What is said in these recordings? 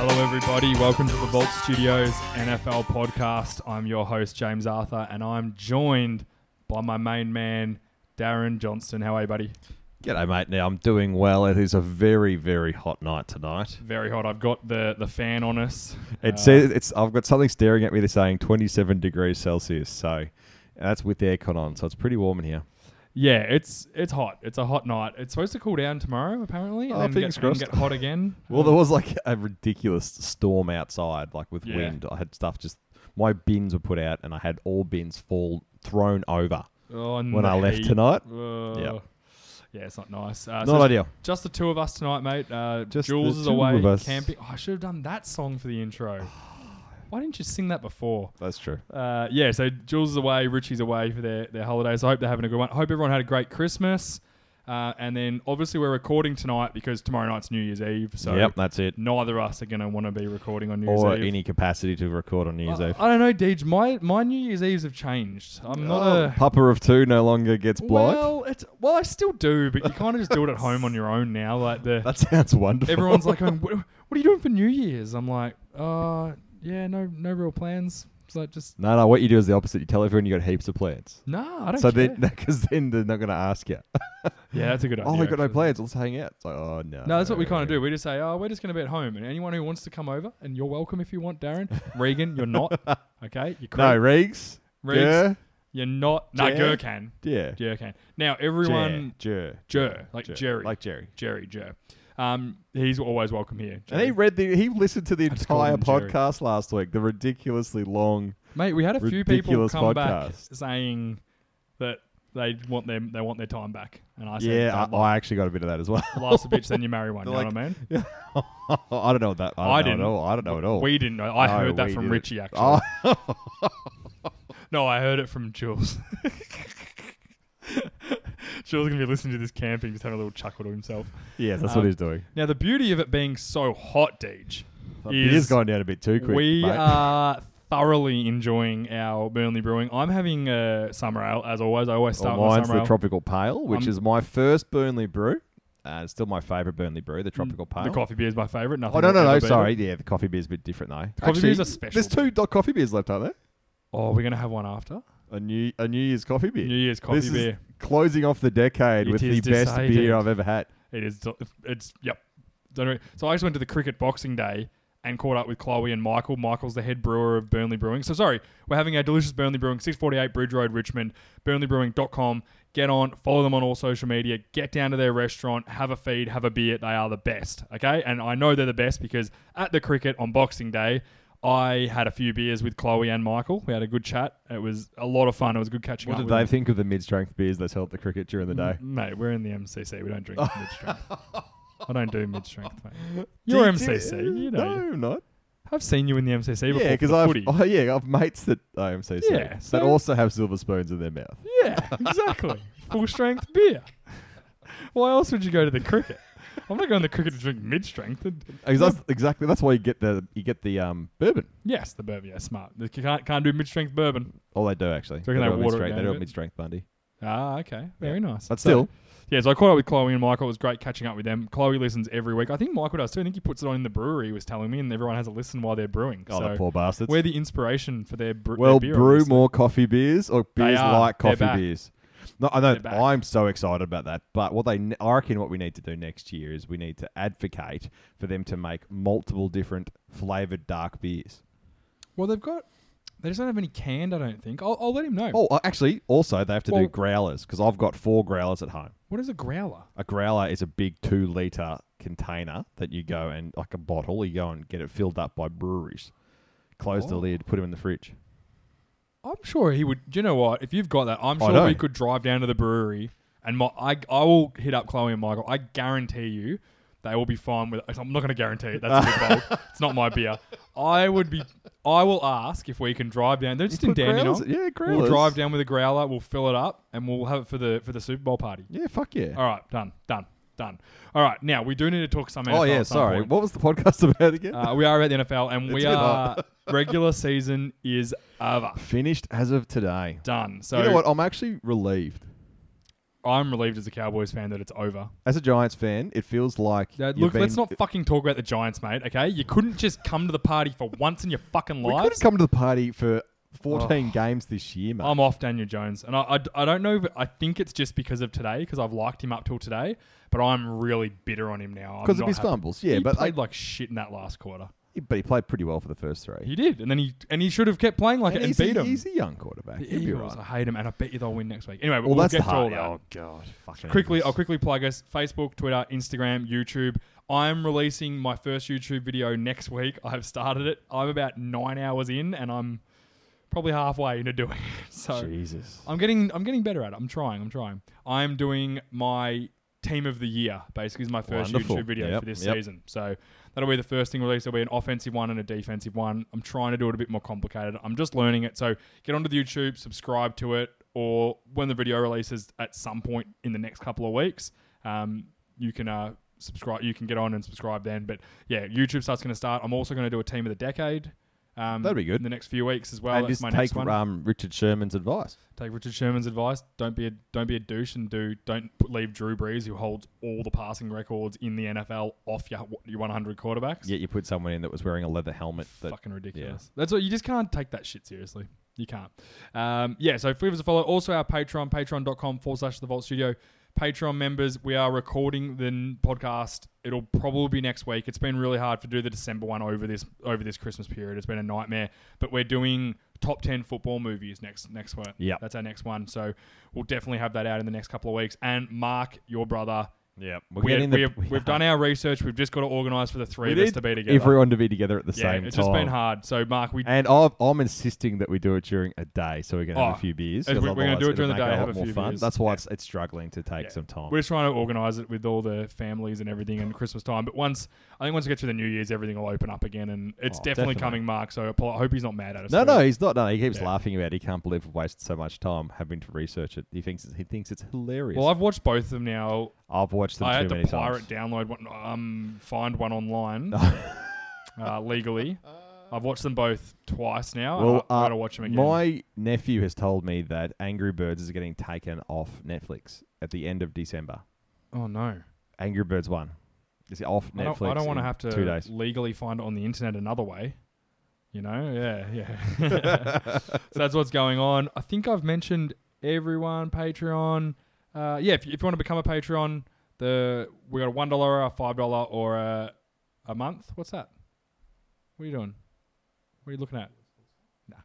everybody. Welcome to the Vault Studios NFL podcast. I'm your host, James Arthur, and I'm joined by my main man, Darren Johnston. How are you, buddy? G'day, mate. Now I'm doing well. It is a very, very hot night tonight. Very hot. I've got the, the fan on us. It Uh, says it's. I've got something staring at me that's saying 27 degrees Celsius. So and that's with the aircon on. So it's pretty warm in here. Yeah, it's it's hot. It's a hot night. It's supposed to cool down tomorrow, apparently. and Oh, then fingers get, and crossed. get hot again. Well, there was like a ridiculous storm outside, like with Oh. Yeah. wind. I had stuff just. My bins were put out, and I had all bins fall thrown over Oh, and when the I left heat. tonight. Oh. Yeah. Yeah, it's not nice. Uh, so Not ideal. just the two of us tonight, mate. Uh, Just Jules the is two away of us. camping. Oh, I should have done that song for the intro. Why didn't you sing that before? That's true. Uh, yeah, so Jules is away, Richie's away for their, their holidays. I hope they're having a good one. I hope everyone had a great Christmas. Uh, and then obviously we're recording tonight because tomorrow night's New Year's Eve. So yep, that's it. neither of us are going to want to be recording on New Year's Or Eve. any capacity to record on New Year's I, Eve. I don't know, Deej. My, my New Year's Eves have changed. I'm not Oh, a... papa of two no longer gets blind. Well, it's well, I still do, but you kind of just do it at home on your own now. Like the that sounds wonderful. everyone's like, going, "What what are you doing for New Year's?" I'm like, "Uh, yeah, no, no real plans." It's like just No, no. What you do is the opposite. You tell everyone you got heaps of plans. nah, I don't So care. then, because then they're not going to ask you. yeah, that's a good idea. oh, we got no actually. plans. Let's hang out. It's like, oh no. No, that's what we kind of do. We just say, "Oh, we're just going to be at home," and anyone who wants to come over, and you're welcome if you want, Darren. Regan, you're not. Okay, you're No, correct. Riggs. Riggs. Yeah. you're not. Nah, Jer. Gurkan. Yeah. Gurkan. Now everyone, Jer. Jer, like Jerry, Like Jerry. Jerry, Jer. Um, he's always welcome here. And he Jerry. read the. He listened to the I just called entire him Jerry. podcast last week. The ridiculously long. Mate, we had a few people Ridiculous come back podcast. saying that they want them they want their time back, and I said, yeah, I, "Don't I actually got a bit of that as well. lie. life's a bitch, then you marry one." You They're know what I mean? I don't know what that. I, I didn't. don't know At all. I don't know at all. We didn't know. I "Oh, No, heard that we from didn't. Richie actually. Oh, No, I heard it from Jules. Jules is gonna be listening to this camping, just having a little chuckle to himself. yeah, that's Um, what he's doing. Now, the beauty of it being so hot, Deej, It is is going down a bit too quick. we mate. are thoroughly enjoying our Burnley Brewing. I'm having a summer ale as always. I always Well, start with a Oh, mine's summer the ale. Tropical Pale, which Um, is my first Burnley brew. Uh, it's still my favourite Burnley brew, the Tropical Pale. mm, The coffee beer is my favourite. Nothing. oh, no, will no, ever no, beat it. sorry. Yeah, the coffee beer's a bit different, though. coffee beers are special There's two do- coffee beers left, aren't there? Oh, we're gonna have one after A New, a new Year's coffee beer. New Year's coffee this beer. Is closing off the decade It with is the best decided. beer I've ever had. It is. It's yep. Don't know. So I just went to the cricket boxing day and caught up with Chloe and Michael. Michael's the head brewer of Burnley Brewing. So sorry, we're having our delicious Burnley Brewing, 648 Bridge Road, Richmond, burnleybrewing.com. Get on, follow them on all social media, get down to their restaurant, have a feed, have a beer. They are the best, okay? And I know they're the best because at the cricket on Boxing Day, I had a few beers with Chloe and Michael. We had a good chat. It was a lot of fun. It was good catching What up did with they them. think of the mid-strength beers they sell at the cricket during the day? Mate, we're in the MCC. We don't drink mid strength. I don't do mid strength, mate. Do You're you- do- MCC. You know, No, I'm not. I've seen you in the MCC before. Yeah, because because i I've footy. oh, yeah, I've mates that I am so Yeah, so- that also have silver spoons in their mouth. Yeah, exactly. Full strength beer. Why else would you go to the cricket? I'm not going to the cricket to drink mid strength. Because that's- exactly that's why you get the you get the um, bourbon. Yes, the bourbon. Yeah, smart. They can't, can't do mid strength bourbon. Oh, they do actually. reckon they do it water it down mid-strength- They a do bit? it mid-strength, Bundy. Ah, okay. Very nice. But So- still, Yeah, so I caught up with Chloe and Michael. It was great catching up with them. Chloe listens every week. I think Michael does too. I think he puts it on in the brewery, he was telling me, and everyone has a listen while they're brewing. oh, so the poor bastards. we're the inspiration for their, br- well, their beer. brew obviously. more coffee beers or beers are. like They're coffee back. beers. No, I know. They're back. I'm so excited about that. But what they, ne- I reckon, what we need to do next year is we need to advocate for them to make multiple different flavored dark beers. Well, they've got. They just don't have any canned. I don't think. I'll, I'll let him know. Oh, uh, actually, also they have to Well- do growlers because I've got four growlers at home. What is a growler? A growler is a big two liter container that you go and like a bottle, you go and get it filled up by breweries. Close the Oh. lid, put them in the fridge. I'm sure he would. Do you know what? If you've got that, I'm I sure know. we could drive down to the brewery and my, I I will hit up Chloe and Michael. I guarantee you. They will be fine with. I'm not going to guarantee it. That's a bit bold. It's not my beer. I would be. I will ask if we can drive down. They're just in Put growlers- Dandenong. yeah, growlers. We'll drive down with a growler. We'll fill it up and we'll have it for the for the Super Bowl party. Yeah, fuck yeah. All right, done, done, done. All right, now we do need to talk some. Oh NFL yeah, at some sorry. point. What was the podcast about again? Uh, we are at the NFL, and we It's a bit are regular season is over, Finished as of today. done. So you know what? I'm actually relieved. I'm relieved as a Cowboys fan that it's over. As a Giants fan, it feels like Yeah, you've look, let's been- not fucking talk about the Giants, mate. Okay, you couldn't just come to the party for once in your fucking We could have lives. Oh. come to the party for 14 games this year, mate. I'm off Daniel Jones, and I, I, I don't know. If, I think it's just because of today, because I've liked him up till today, but I'm really bitter on him now I'm Because of not his happy. fumbles, yeah, he but played like, like shit in that last quarter. but he played pretty well for the first three. He did, and then he and he should have kept playing like And it and he's, beat a, him. he's a young quarterback. He'll be Eagles, right. I hate him, and I bet you they'll win next week. Anyway, Well, we'll that's get the to all hard. that. Oh god, fucking quickly, Eagles. I'll quickly plug us: Facebook, Twitter, Instagram, YouTube. I'm releasing my first YouTube video next week. I've started it. I'm about nine hours in, and I'm probably halfway into doing it. So Jesus. I'm getting I'm getting better at it. I'm trying. I'm trying. I'm doing my team of the year. Basically, is my first Wonderful. YouTube video Yep, for this yep. season. So that'll be the first thing released. There'll be an offensive one and a defensive one. I'm trying to do it a bit more complicated. I'm just learning it. So get onto the YouTube, subscribe to it, or when the video releases at some point in the next couple of weeks, um, you can. Uh, subscribe you can get on and subscribe then but yeah youtube starts going to start i'm also going to do a team of the decade um That'd be good. in the next few weeks as well and That's just my next take one um, Richard Sherman's advice. take Richard Sherman's advice. Don't be a don't be a douche and do don't put, leave Drew Brees, who holds all the passing records in the NFL, off your your 100 quarterbacks. Yet you put someone in that was wearing a leather helmet. That fucking ridiculous. That's what you just can't take that shit seriously. You can't. Um, yeah. So give us a follow. Also our Patreon, patreon.com forward slash the Vault Studio. Patreon members, we are recording the n- podcast. It'll probably be next week. It's been really hard to do the December one over this over this Christmas period. It's been a nightmare. But we're doing top ten football movies next next one. Yep. that's our next one. So we'll definitely have that out in the next couple of weeks. And Mark, your brother, yeah, we're we have, getting the, we have, we've done our research. We've just got to organise for the three We of us need to be together. everyone to be together at the yeah, same it's time. just been hard. So Mark, we And I've, I'm insisting that we do it during a day, so we can Oh, have a few beers. and 'cause we- we're gonna otherwise do it it'll during the make day, a have lot a more few fun. beers. That's why Yeah. it's, it's struggling to take Yeah. some time. We're just trying to organise it with all the families and everything and Christmas time. But once I think once we get through the New Year's, everything will open up again, and it's Oh, definitely, definitely. coming, Mark. So I apo- I hope he's not mad at us. No, for no, it. he's not. No, he keeps Yeah. laughing about. It. He can't believe we wasted so much time having to research it. He thinks it's, he thinks it's hilarious. Well, I've watched both of them now. I've, watched them I too had to many times. pirate, download one, um, find one online uh, legally. I've watched them both twice now. and Well, I, I uh, gotta watch them again. My nephew has told me that Angry Birds is getting taken off Netflix at the end of December. oh no, Angry Birds one. Is it off I Netflix? don't, I don't want to in have to two days. legally find it on the internet another way. You know, yeah, yeah. so that's what's going on. I think I've mentioned everyone Patreon. Uh, yeah, if you, if you want to become a Patreon, the we got a one dollar, a five dollar, or a a month. What's that? What are you doing? What are you looking at? Nah,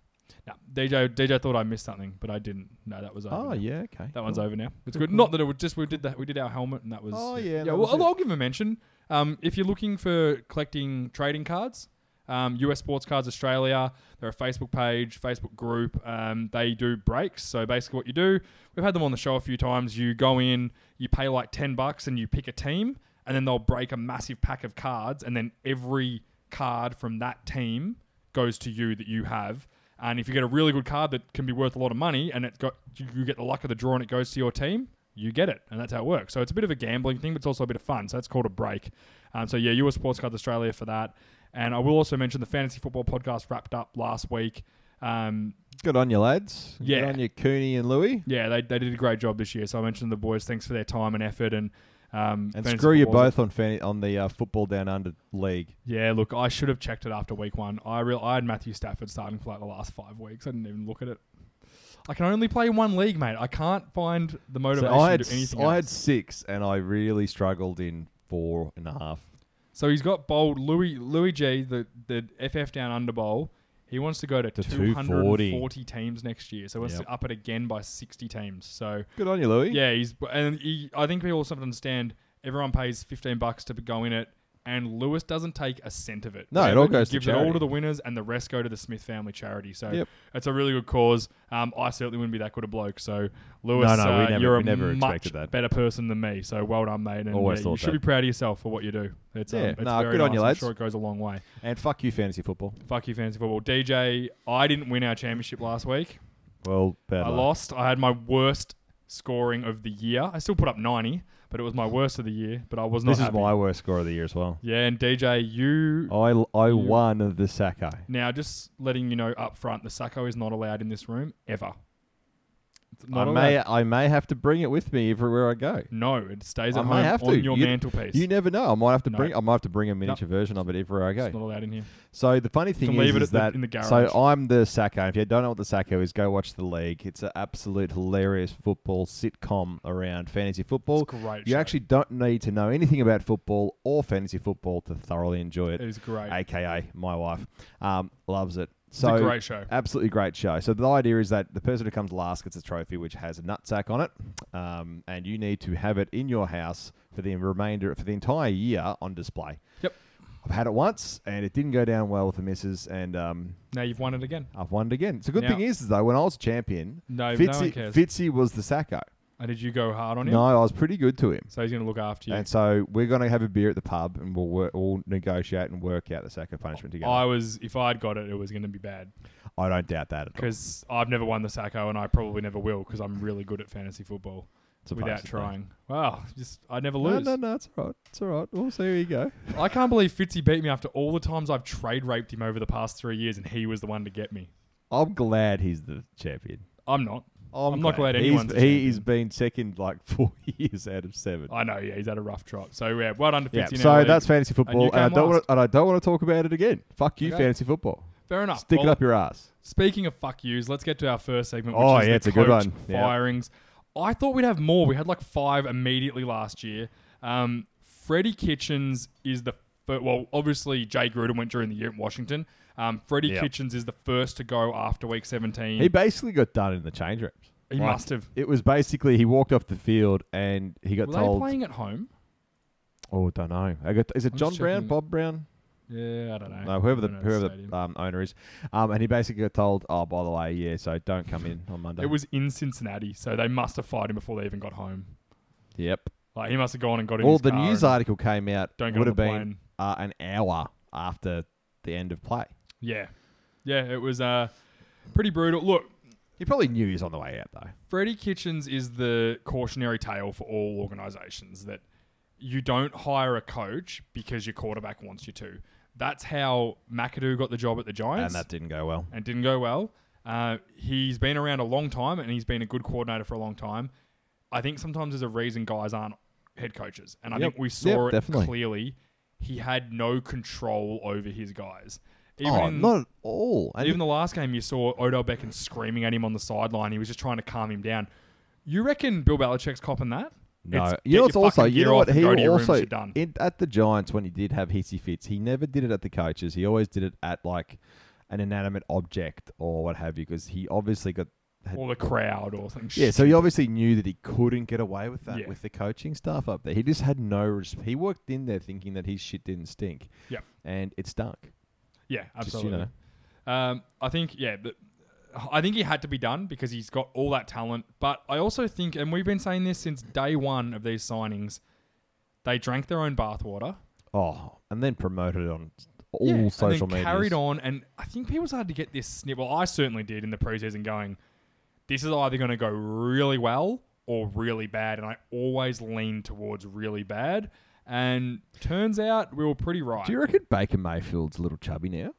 nah. DJ DJ thought I missed something, but I didn't. No, that was over. Oh now. yeah, okay. That one's cool. over now. It's Cool, good. cool. Not that it was just we did that we did our helmet and that was. Oh, yeah, Yeah. that Well, was I'll, it. I'll give him a mention. Um, if you're looking for collecting trading cards, um, US Sports Cards Australia, they're a Facebook page, Facebook group. Um, they do breaks. So basically, what you do, we've had them on the show a few times. You go in, you pay like ten bucks, and you pick a team, and then they'll break a massive pack of cards, and then every card from that team goes to you that you have. And if you get a really good card that can be worth a lot of money, and it got you, you get the luck of the draw, and it goes to your team, you get it, and that's how it works. So it's a bit of a gambling thing, but it's also a bit of fun. So that's called a break. Um, so yeah, US Sports Card Australia for that. And I will also mention the fantasy football podcast wrapped up last week. Um, Good on you, lads. Yeah. Good on you, Cooney and Louie. yeah, they, they did a great job this year. So I mentioned the boys. Thanks for their time and effort. And um, And fantasy screw you football's- both on fan- on the uh, football down under league. Yeah, look, I should have checked it after week one. I real I had Matthew Stafford starting for like the last five weeks. I didn't even look at it. I can only play in one league, mate. I can't find the So motivation I had to do anything. s- I had else. six, and I really struggled in four and a half. So he's got bold Louis Louis G the the FF down under bowl. He wants to go to, To 240. 240. teams next year. So he wants Yep. to up it again by 60 teams. So Good on you, Louie. yeah, he's and he, I think people also have to understand everyone pays 15 bucks to go in it and Lewis doesn't take a cent of it. No, it Whatever, all goes he to gives it all to charity. the winners and the rest go to the Smith family charity. So Yep. it's a really good cause. Um, I certainly wouldn't be that good a bloke. So Lewis, No, no, we uh, never- you're we a never much expected that. better person than me. So well done, mate. And yeah, Always you thought should that. be proud of yourself for what you do. It's, um, Yeah, it's nah, very good on nice. you, I'm lads. sure it goes a long way. And fuck you, fantasy football. Fuck you, fantasy football. DJ, I didn't win our championship last week. Well, bad I luck. lost. I had my worst scoring of the year. I still put up 90, but it was my worst of the year. But I was not. This happy. is Oh. my worst score of the year as well. Yeah, and DJ, you I, I You- won the Sacco. now just letting you know up front, the Sacco is not allowed in this room ever. It's I not may allowed. I may have to bring it with me everywhere I go. No, it stays I at may home have on to. your You- mantelpiece. You never know. I might have to No. bring I might have to bring a miniature version of it everywhere I go. It's not allowed in here. So the funny thing can is, leave it is at the- that in the garage. so I'm the Sacco. If you don't know what the Sacco is, go watch the league. It's an absolute hilarious football sitcom around fantasy It's a football. great. You show. actually don't need to know anything about football or fantasy football to thoroughly enjoy it it. is great. AKA my wife um, loves it. it's So a great show. Absolutely great show. So the idea is that the person who comes last gets a trophy which has a nutsack on it, um, and you need to have it in your house for the remainder for the entire year on display. Yep. I've had it once, and it didn't go down well with the missus, and um, Now you've won it again. I've won it again. So the good Now- Oh, thing is though, when I was champion, No, no one Fitzy, cares. Fitzy was the sacco. and did you go hard on him? No, I was pretty good to him. So he's going to look after you. And so we're gonna have a beer at the pub, and we'll work, we'll negotiate and work out the sacco punishment together. I I, was, if I'd got it, it was going to be bad don't doubt that at all. because I've never won the Sacco and I probably never will because I'm really good at fantasy football without Supposedly. trying. Wow, just I never No, lose. no, no, it's all right. It's all right. We'll see where you go. I can't believe Fitzy beat me after all the times I've trade raped him over the past three years, and he was the one to get me. I'm glad he's the champion. I'm not. I'm, I'm not glad He's- anyone's the He has been second like four years out of seven. I know. Yeah, he's had a rough trot. So yeah, well done to Yeah, Fitzy. in our so league. that's fantasy football, and, came I don't last. want and I don't want to talk about it again. Fuck you, Okay. fantasy football. fair enough. Stick Well, it up your ass. Speaking of fuck yous, let's get to our first segment. Which Oh, is yeah, the it's a good coach one. Yeah. Firings. I thought we'd have more. We had like five immediately last year. Um, Freddie Kitchens is the fir- well, obviously Jay Gruden went during the year in Washington. Um, Freddie Yeah. Kitchens is the first to go after week seventeen. He basically got done in the change rooms. mm. He Like, must have. It was basically he walked off the field and he got Were they told. playing at home? Oh, don't know. I got, is it I'm John just Brown? checking. Bob Brown? Yeah, I don't know. No, whoever the I don't know whoever stadium. the um, owner is, um, and he basically got told, "Oh, by the way, yeah, so don't come in on Monday." It was in Cincinnati, so they must have fired him before they even got home. yep. Like he must have gone and got in. Well, his the car news and article came out Don't go would on the have been plane. uh, an hour after the end of play. Yeah, yeah, it was uh, pretty brutal. Look, He probably knew he was on the way out though. Freddie Kitchens is the cautionary tale for all organizations that you don't hire a coach because your quarterback wants you to. That's how McAdoo got the job at the Giants And that didn't go well. and didn't go well. Uh, he's been around a long time and he's been a good coordinator for a long time. I think sometimes there's a reason guys aren't head coaches. And I Yep. think we saw Yep, it definitely. clearly. He had no control over his guys. Even oh, in- not at all. And even the last game, you saw Odell Beckham screaming at him on the sideline. He was just trying to calm him down. You reckon Bill Belichick's copping that? no, It's you know get what's your also fucking you gear know what off and he go to your rooms, also you're done. in, at the Giants when he did have hissy fits, he never did it at the coaches. He always did it at like an inanimate object or what have you, because he obviously got had, or the crowd or something? yeah. So he obviously knew that he couldn't get away with that Yeah. with the coaching staff up there. He just had no. Res- he walked in there thinking that his shit didn't stink. Yep. and it stunk. yeah, Just, you absolutely. know. um, I think yeah, but I think he had to be done because he's got all that talent. But I also think, and we've been saying this since day one of these signings, they drank their own bathwater. Oh, and then promoted on all Yeah, and then social media. Carried on, and I think people started to get this snip. Well, I certainly did in the preseason, going, this is either going to go really well or really bad, and I always lean towards really bad. And turns out we were pretty right. Do you reckon Baker Mayfield's a little chubby now?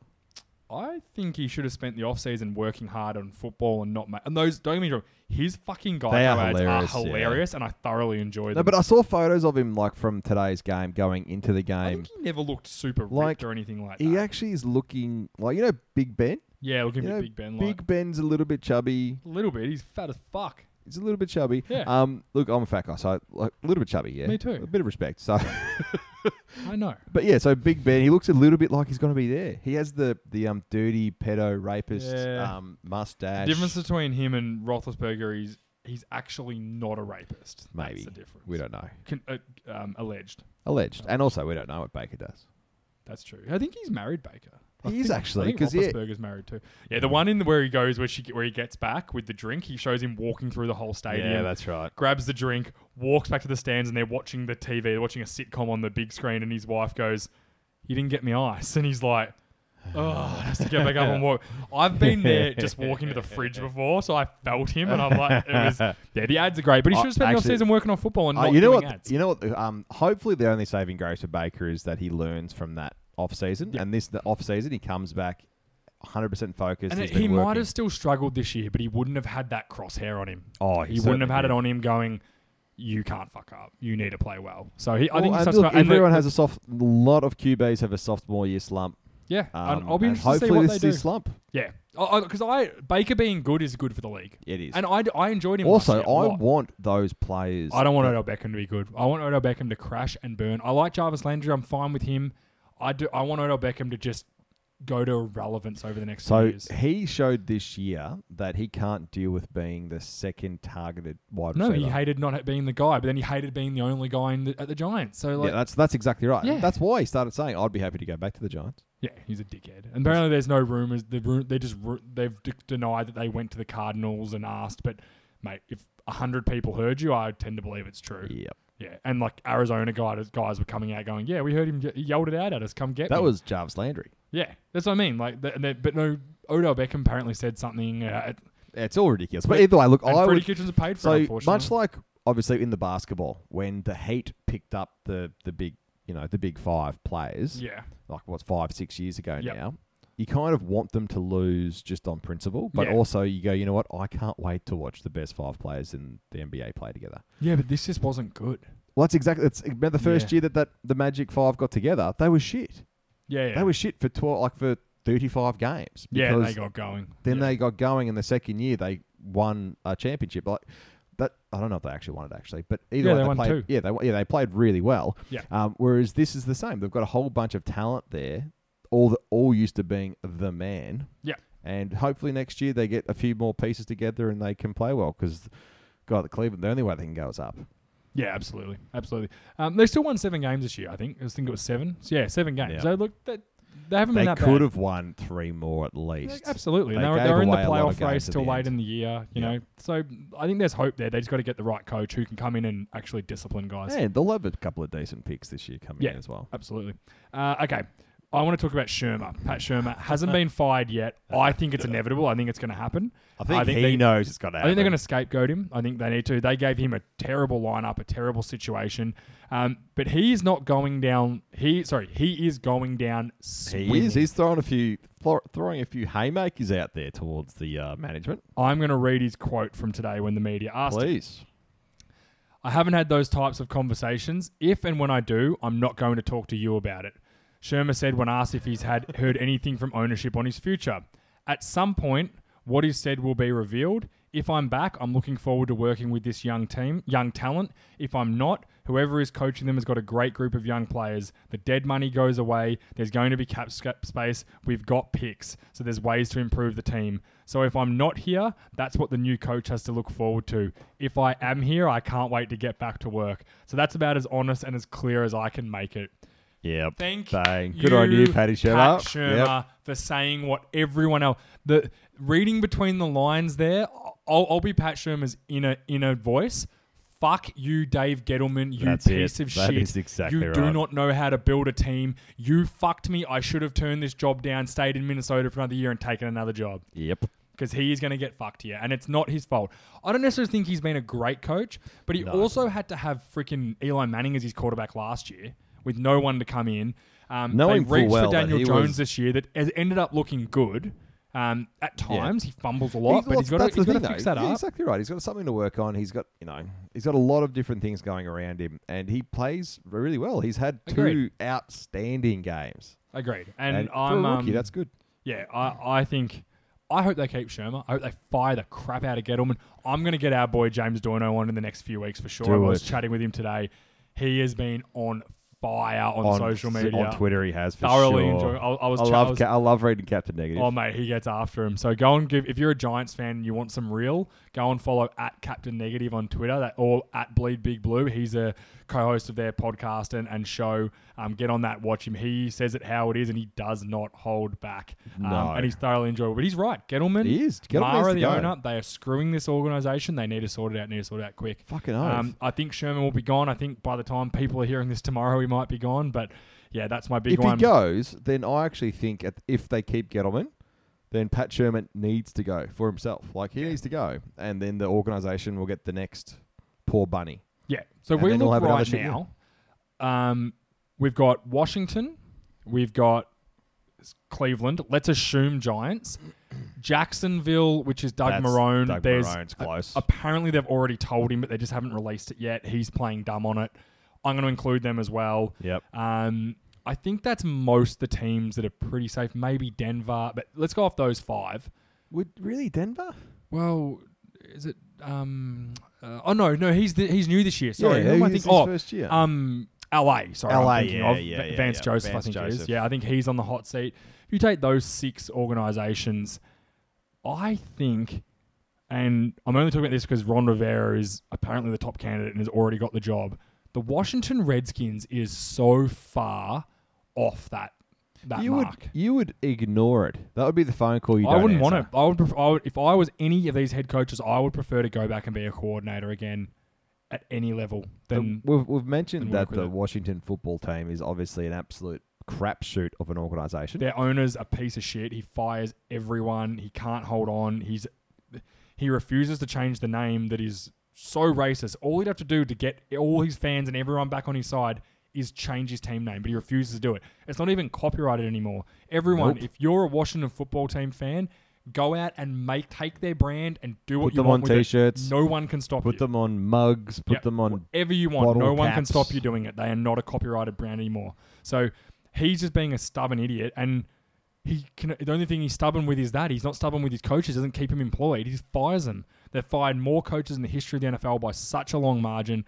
I think he should have spent the off season working hard on football and not. Ma- and those don't get me wrong, his fucking guy They are ads hilarious, yeah. are hilarious, and I thoroughly enjoy No, them. but I saw photos of him like from today's game going into the I game. think he never looked super ripped Like, or anything like He that. actually is looking like you know Big Ben. yeah, looking you at know, Big Ben, like Big Ben's a little bit chubby. a little bit. He's fat as fuck. He's a little bit chubby. Yeah. Um. Look, I'm a fat guy, so like a little bit chubby. Yeah. Me too. A bit of respect. So, I know. but yeah. So Big Ben, he looks a little bit like he's gonna be there. He has the the um dirty pedo rapist Yeah. um mustache. The difference between him and Roethlisberger is he's actually not a rapist. Maybe. That's the difference. we don't know. Con- uh, um, alleged. Alleged, and also we don't know what Baker does. That's true. I think he's married Baker. I He is think- actually, I think 'cause, yeah. Roethlisberger's married too. Yeah, the one in the, where he goes where she where he gets back with the drink. He shows him walking through the whole stadium. right. grabs the drink, walks back to the stands, and they're watching the TV. They're watching a sitcom on the big screen, and his wife goes, "You didn't get me ice," and he's like. Oh, has to get back up and walk. I've been there just walking to the fridge before, so I felt him, and I'm like, it was. Yeah, the ads are great, but he I- should have spent the Uh, actually- season working on football and Uh, not you know doing what? ads. You know what? Um, hopefully, the only saving grace for Baker is that he learns from that off season, Yeah. and this the off season he comes back 100% focused. And he's he been might working. have still struggled this year, but he wouldn't have had that crosshair on him. Oh, He wouldn't have had it on him going, you can't fuck up. You need to play well. So he, I think and he's such look, a- and the- everyone has a soft. A lot of QBs have a sophomore year slump. Yeah, and Um, I'll be interested and to see hopefully what this they do. is slump. yeah, because I, Baker being good is good for the league, It is. and I, d- I enjoyed him. last also, year a I lot. want those players. I don't want that- Odell Beckham to be good. I want Odell Beckham to crash and burn. I like Jarvis Landry. I'm fine with him. I do. I want Odell Beckham to just go to irrelevance over the next few So years. he showed this year that he can't deal with being the second targeted wide No, receiver. he hated not being the guy, but then he hated being the only guy in the, at the Giants. So yeah, like, that's that's exactly right. Yeah. That's why he started saying, "I'd be happy to go back to the Giants." yeah, he's a dickhead. And apparently, there's no rumors. The ru- they just ru- they've de- denied that they went to the Cardinals and asked. But mate, if hundred people heard you, I tend to believe it's true. Yep, Yeah, and like Arizona guys, guys were coming out going, "Yeah, we heard him. He yelled it out at us. Come get that me." was Jarvis Landry. yeah. That's what I mean. Like, th- and they- but no, Odell Beckham apparently said something. Uh, It's all ridiculous. But Wait, either way, look, and I Freddie would, Kitchens are paid for. it, so unfortunately. much like obviously in the basketball when the Heat picked up the the big you know the big five players yeah, like what's five six years ago Yep. now. You kind of want them to lose just on principle, but Yeah. also you go, you know what? I can't wait to watch the best five players in the NBA play together. yeah, but this just wasn't good. Well, that's exactly. That's remember the first Yeah. year that, that the Magic Five got together, they were shit. Yeah, yeah, They were shit for twelve, like for thirty-five games. yeah. because They got going. then yeah. they got going in the second year. They won a championship. Like that, I don't know if they actually won it actually, but either Yeah, way, they won played. two. Yeah, they yeah they played really well. Yeah. Um, whereas this is the same. They've got a whole bunch of talent there, all the, all used to being the man. Yeah. And hopefully next year they get a few more pieces together and they can play well because. God, the Cleveland, the only way they can go is up. Yeah, absolutely, absolutely. Um, they still won seven games this year. I think. I think it was seven. So, yeah, seven games. Yeah. So look, they, they haven't They been that could bad. have won three more at Yeah, least. Absolutely. They They, were, they gave were in the away a lot of playoff race games at till the late end. in the year, you Yeah. know. So I think there's hope there. They just got to get the right coach who can come in and actually discipline guys. And they'll have a couple of decent picks this year coming Yeah. in as well. Absolutely. Uh, okay. I want to talk about Shermer. Pat Shermer hasn't been fired yet. I think it's inevitable. I think it's going to happen. I think he knows it's got to I think they're going to scapegoat him. I think they need to. They gave him a terrible lineup, a terrible situation. Um, but he is not going down. He sorry, he is going down. Swinging. He is. He's throwing a few thro- throwing a few haymakers out there towards the uh, management. I'm going to read his quote from today when the media asked. him. Please. I haven't had those types of conversations. If and when I do, I'm not going to talk to you about it. Shermer said when asked if he's had heard anything from ownership on his future. At some point, what is said will be revealed. If I'm back, I'm looking forward to working with this young team, young talent. If I'm not, whoever is coaching them has got a great group of young players. The dead money goes away. There's going to be cap sca- space. We've got picks, so there's ways to improve the team. So if I'm not here, that's what the new coach has to look forward to. If I am here, I can't wait to get back to work. So that's about as honest and as clear as I can make it. Yep. Thank Bang. you, Good on you, Paddy Pat Shermer. Shermer, for saying what everyone else. The reading between the lines there. I'll, I'll be Pat Shermer's inner inner voice. Fuck you, Dave Gettleman. You That's it. piece of That shit. is exactly you do right. not know how to build a team. You fucked me. I should have turned this job down, stayed in Minnesota for another year, and taken another job Yep. because he is going to get fucked here, and it's not his fault. I don't necessarily think he's been a great coach, but he No. also had to have freaking Eli Manning as his quarterback last year with no one to come in. Um, Knowing they full reached well for that Daniel he Jones was- this year that has ended up looking good. Um, at Yeah. times he fumbles a lot, but he's got to, that's the he's got thing, to fix though. that Yeah, up. Exactly right. He's got something to work on. He's got you know he's got a lot of different things going around him, and he plays really well. He's had two Agreed. outstanding games, Agreed, and, and I'm for a rookie, um, that's good. yeah, I, I think. I hope they keep Shermer. I hope they fire the crap out of Gettleman. I'm going to get our boy James Dorno on in the next few weeks for sure. Do I was it. chatting with him today. He has been on fire on, social media. on Twitter, he has for Thoroughly sure. enjoying. I, I was. I chat- I love was- ca- I love reading Captain Negative. Oh mate, he gets after him. So go and give. If you're a Giants fan, and you want some real, go and follow at Captain Negative on Twitter, that or at Bleed Big Blue. He's a co-host of their podcast and, and show. Um, get on that, watch him. He says it how it is, and he does not hold back. Um, No. and he's thoroughly enjoyable. But he's right, Gettleman. He is. Gettleman Mara, needs to the go. owner, they are screwing this organization. They need to sort it out. Need to sort it out quick. Fucking oath. Um, I think Sherman will be gone. I think by the time people are hearing this tomorrow, he might be gone. But yeah, that's my big if one. he goes, then I actually think at, if they keep Gettleman, then Pat Sherman needs to go for himself. Like he needs to go, and then the organisation will get the next poor bunny. Yeah. So And we then we'll look have another right shit year. now. Um, we've got Washington. We've got Cleveland. Let's assume Giants. Jacksonville, which is Doug That's Marone. Doug there's Marone's close. apparently they've already told him, but they just haven't released it yet. He's playing dumb on it. I'm going to include them as well. Yep. Um, I think that's most the teams that are pretty safe. Maybe Denver, but let's go off those five. Would really Denver? Well, is it? Um, uh, oh no, no, he's the, he's new this year. Sorry, who who am I is think? his Oh, first year? um, LA. Sorry, LA, I'm thinking yeah, of yeah, V- yeah, Vance yeah. Joseph. I Vance think it Joseph. is. Yeah, I think he's on the hot seat. If you take those six organizations, I think, and I'm only talking about this because Ron Rivera is apparently the top candidate and has already got the job. The Washington Redskins is so far off that that you mark. would you would ignore it. That would be the phone call you. I don't wouldn't want answer. to. I would, pref- I would. If I was any of these head coaches, I would prefer to go back and be a coordinator again at any level than we've, we've then mentioned work that with the it. Washington football team is obviously an absolute crapshoot of an organization. their owner's a piece of shit. He fires everyone. He can't hold on. He's he refuses to change the name that is so racist. All he'd have to do to get all his fans and everyone back on his side is change his team name, but he refuses to do it. It's not even copyrighted anymore. Everyone, Nope. if you're a Washington football team fan, go out and make take their brand and do what Put you them want on with it. t-shirts. No one can stop Put you. them on mugs. Put Yep. them on. whatever you want. bottle No one can caps. stop you doing it. They are not a copyrighted brand anymore. So he's just being a stubborn idiot, and he can. The only thing he's stubborn with is that he's not stubborn with his coaches. Doesn't keep him employed. He just fires them. They've fired more coaches in the history of the NFL by such a long margin.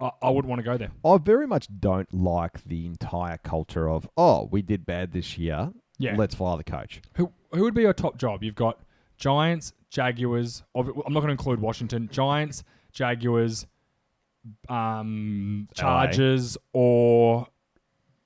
I, I wouldn't want to go there. I very much don't like the entire culture of oh we did bad this year. Yeah. let's fire the coach. Who who would be your top job? You've got Giants, Jaguars. ob- I'm not going to include Washington. Giants, Jaguars, um, Chargers, or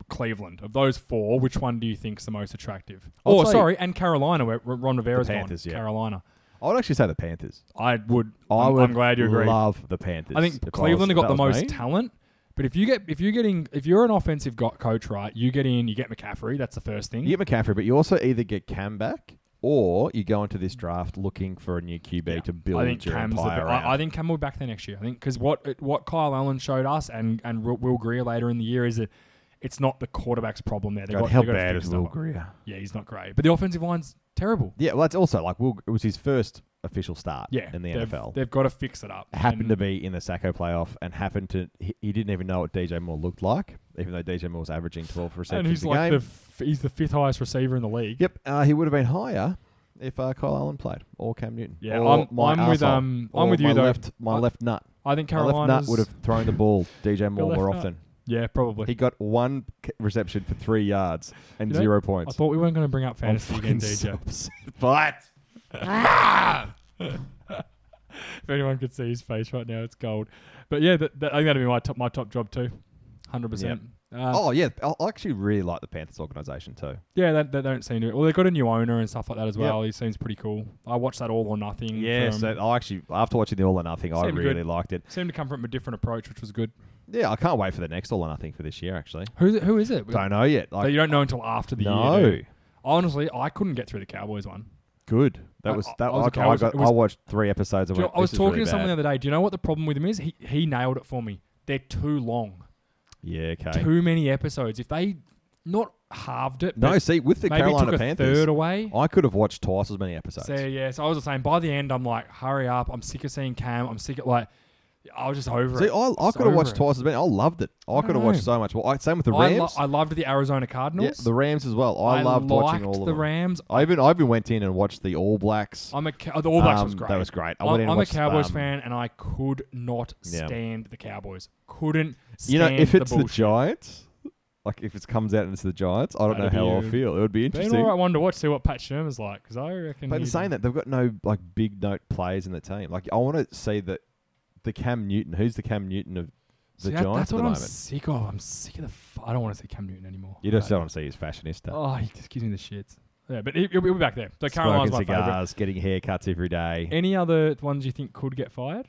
Cleveland. Of those four, which one do you think's the most attractive? I'd oh, say- sorry, and Carolina, where where Ron Rivera's Panthers, gone. yeah. Carolina. I would actually say the Panthers. I would. I I'm, would I'm glad you agree. Love the Panthers. I think If was- Cleveland have got if the that was most me. talent. But if you get if you're getting if you're an offensive go- coach, right, you get in, you get McCaffrey. That's the first thing. You get McCaffrey, but you also either get Cam back or you go into this draft looking for a new QB Yeah. to build I think your Cam's the empire be- around. I, I think Cam will be back there next year. I think because what what Kyle Allen showed us and and Will- Will Greer later in the year is that it's not the quarterback's problem there. They God, got, how they got to bad fix is that Will one. Greer? Yeah, he's not great. But the offensive line's terrible. Yeah, well, that's also like Will, it was his first official start Yeah, in the they've, NFL. they've got to fix it up. happened And to be in the Sacco playoff and happened to he, he didn't even know what DJ Moore looked like, even though DJ Moore was averaging 12 receptions and he's a like game. the f- he's the fifth highest receiver in the league. yep, uh, he would have been higher if uh, Kyle Allen played or Cam Newton. Yeah, or I'm- my I'm with, arsehole, um, I'm or with you my though. Left, my I- left nut, I think my left nut Carolina's would have thrown the ball DJ Moore left more nut. often. yeah probably. He got one c- reception for three yards and You know, zero I points. thought we weren't going to bring up I'm fantasy again, fucking DJ. so upset. But if anyone could see his face right now, it's gold. But yeah, that, that, I think that'd be my top my top job too, hundred percent. Uh, oh yeah, I I actually really like the Panthers organization too. Yeah, they, they don't seem to. Well, they've got a new owner and stuff like that as Yep. well. He seems pretty cool. I watched that All or Nothing. Yeah, from, so I actually after watching the All or Nothing, I Seemed really good. liked it. seemed to come from a different approach, which was good. Yeah, I can't wait for the next All or Nothing for this year. Actually, Who who is it? don't know yet. that Like, you don't know until after the no, year. do you? Honestly, I couldn't get through the Cowboys one. good. That I- was I- that. I I, was a I, Cowboys- got, it was- I watched three episodes. Do Of you know, I was talking really to someone bad. the other day. Do you know what the problem with him is? He he nailed it for me. They're too long. Yeah, okay. Too many episodes. If they not halved it, no, but see, with the maybe Carolina took a Panthers, third away. I could have watched twice as many episodes. So yeah, so I was the same. By the end, I'm like, hurry up! I'm sick of seeing Cam. I'm sick of like, I was just over See, it. I, I Just could have over watched it. twice as many. I loved it. I could have watched so much. Well, I, same with the I, Rams. lo- I loved the Arizona yeah, Cardinals. the Rams as well. I, loved liked watching all of the them. Rams. I even I even went in and watched the All Blacks. I'm a Ca- oh, the All Blacks was Um, great. That was great. I I'm, went in and I'm a watched, Cowboys um, fan, and I could not Yeah. stand the Cowboys. Couldn't stand You know, if it's the the, bullshit. Giants, like if it comes out and it's the Giants, I don't That'd know how be- I'll feel. It would be They're an interesting. alright one to watch. See what Pat Shermer's like, because I reckon. But in he'd- saying that, they've got no like big note players in the team. Like I want to see that the Cam Newton. Who's the Cam Newton of the See, that- Giants that's at the what I'm moment? sick of. I'm sick of the. F- I don't want to see Cam Newton anymore. you just Right. don't want to see his fashionista. Oh, he just gives me the shits. Yeah, but he, he'll be back there. So Carolina's Smoking my favorite. cigars, getting haircuts every day. Any other ones you think could get fired?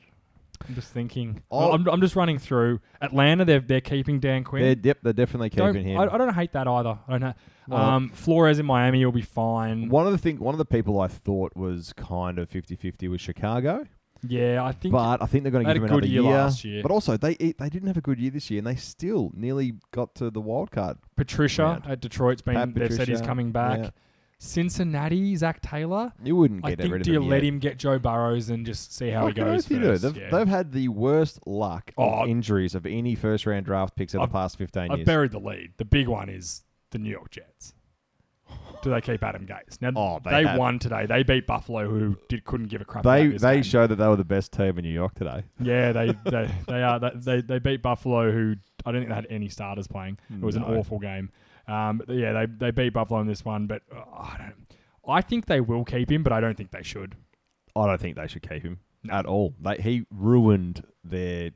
I'm just thinking. Oh. I'm, I'm just running through. Atlanta, they're, they're keeping Dan They're, Quinn. yep, they're definitely Don't- keeping him. I, I don't hate that either. I don't know. No. Um, Flores in Miami will be fine. one of the thing, one of the people I thought was kind of 50-50 was Chicago. Yeah, I think. But I think they're going They had to give a him another good year last year. But also, they they didn't have a good year this year, and they still nearly got to the wild card. Patricia round. at Detroit's been. Pat they've said he's Patricia, coming back. yeah. Cincinnati, Zach Taylor. You wouldn't I get think rid of do you him let yet. him get Joe Burrows and just see how Fucking he goes? oath you do. first? They've, Yeah. they've had the worst luck Oh. of injuries of any first round draft picks in I've- the past 15 I've years. buried the lead. The big one is the New York Jets. Do they keep Adam Gates? Now Oh, they, they have. won today. They beat Buffalo, who did, couldn't give a crap. they about this they game. showed that they were the best team in New York today. yeah, they they, they are they- they they beat Buffalo, who I don't think they had any starters playing. It was an No. awful game. Um, but yeah, they they beat Buffalo in this one, but uh, I don't. I think they will keep him, but I don't think they should. I don't think they should keep him at all. They, he ruined their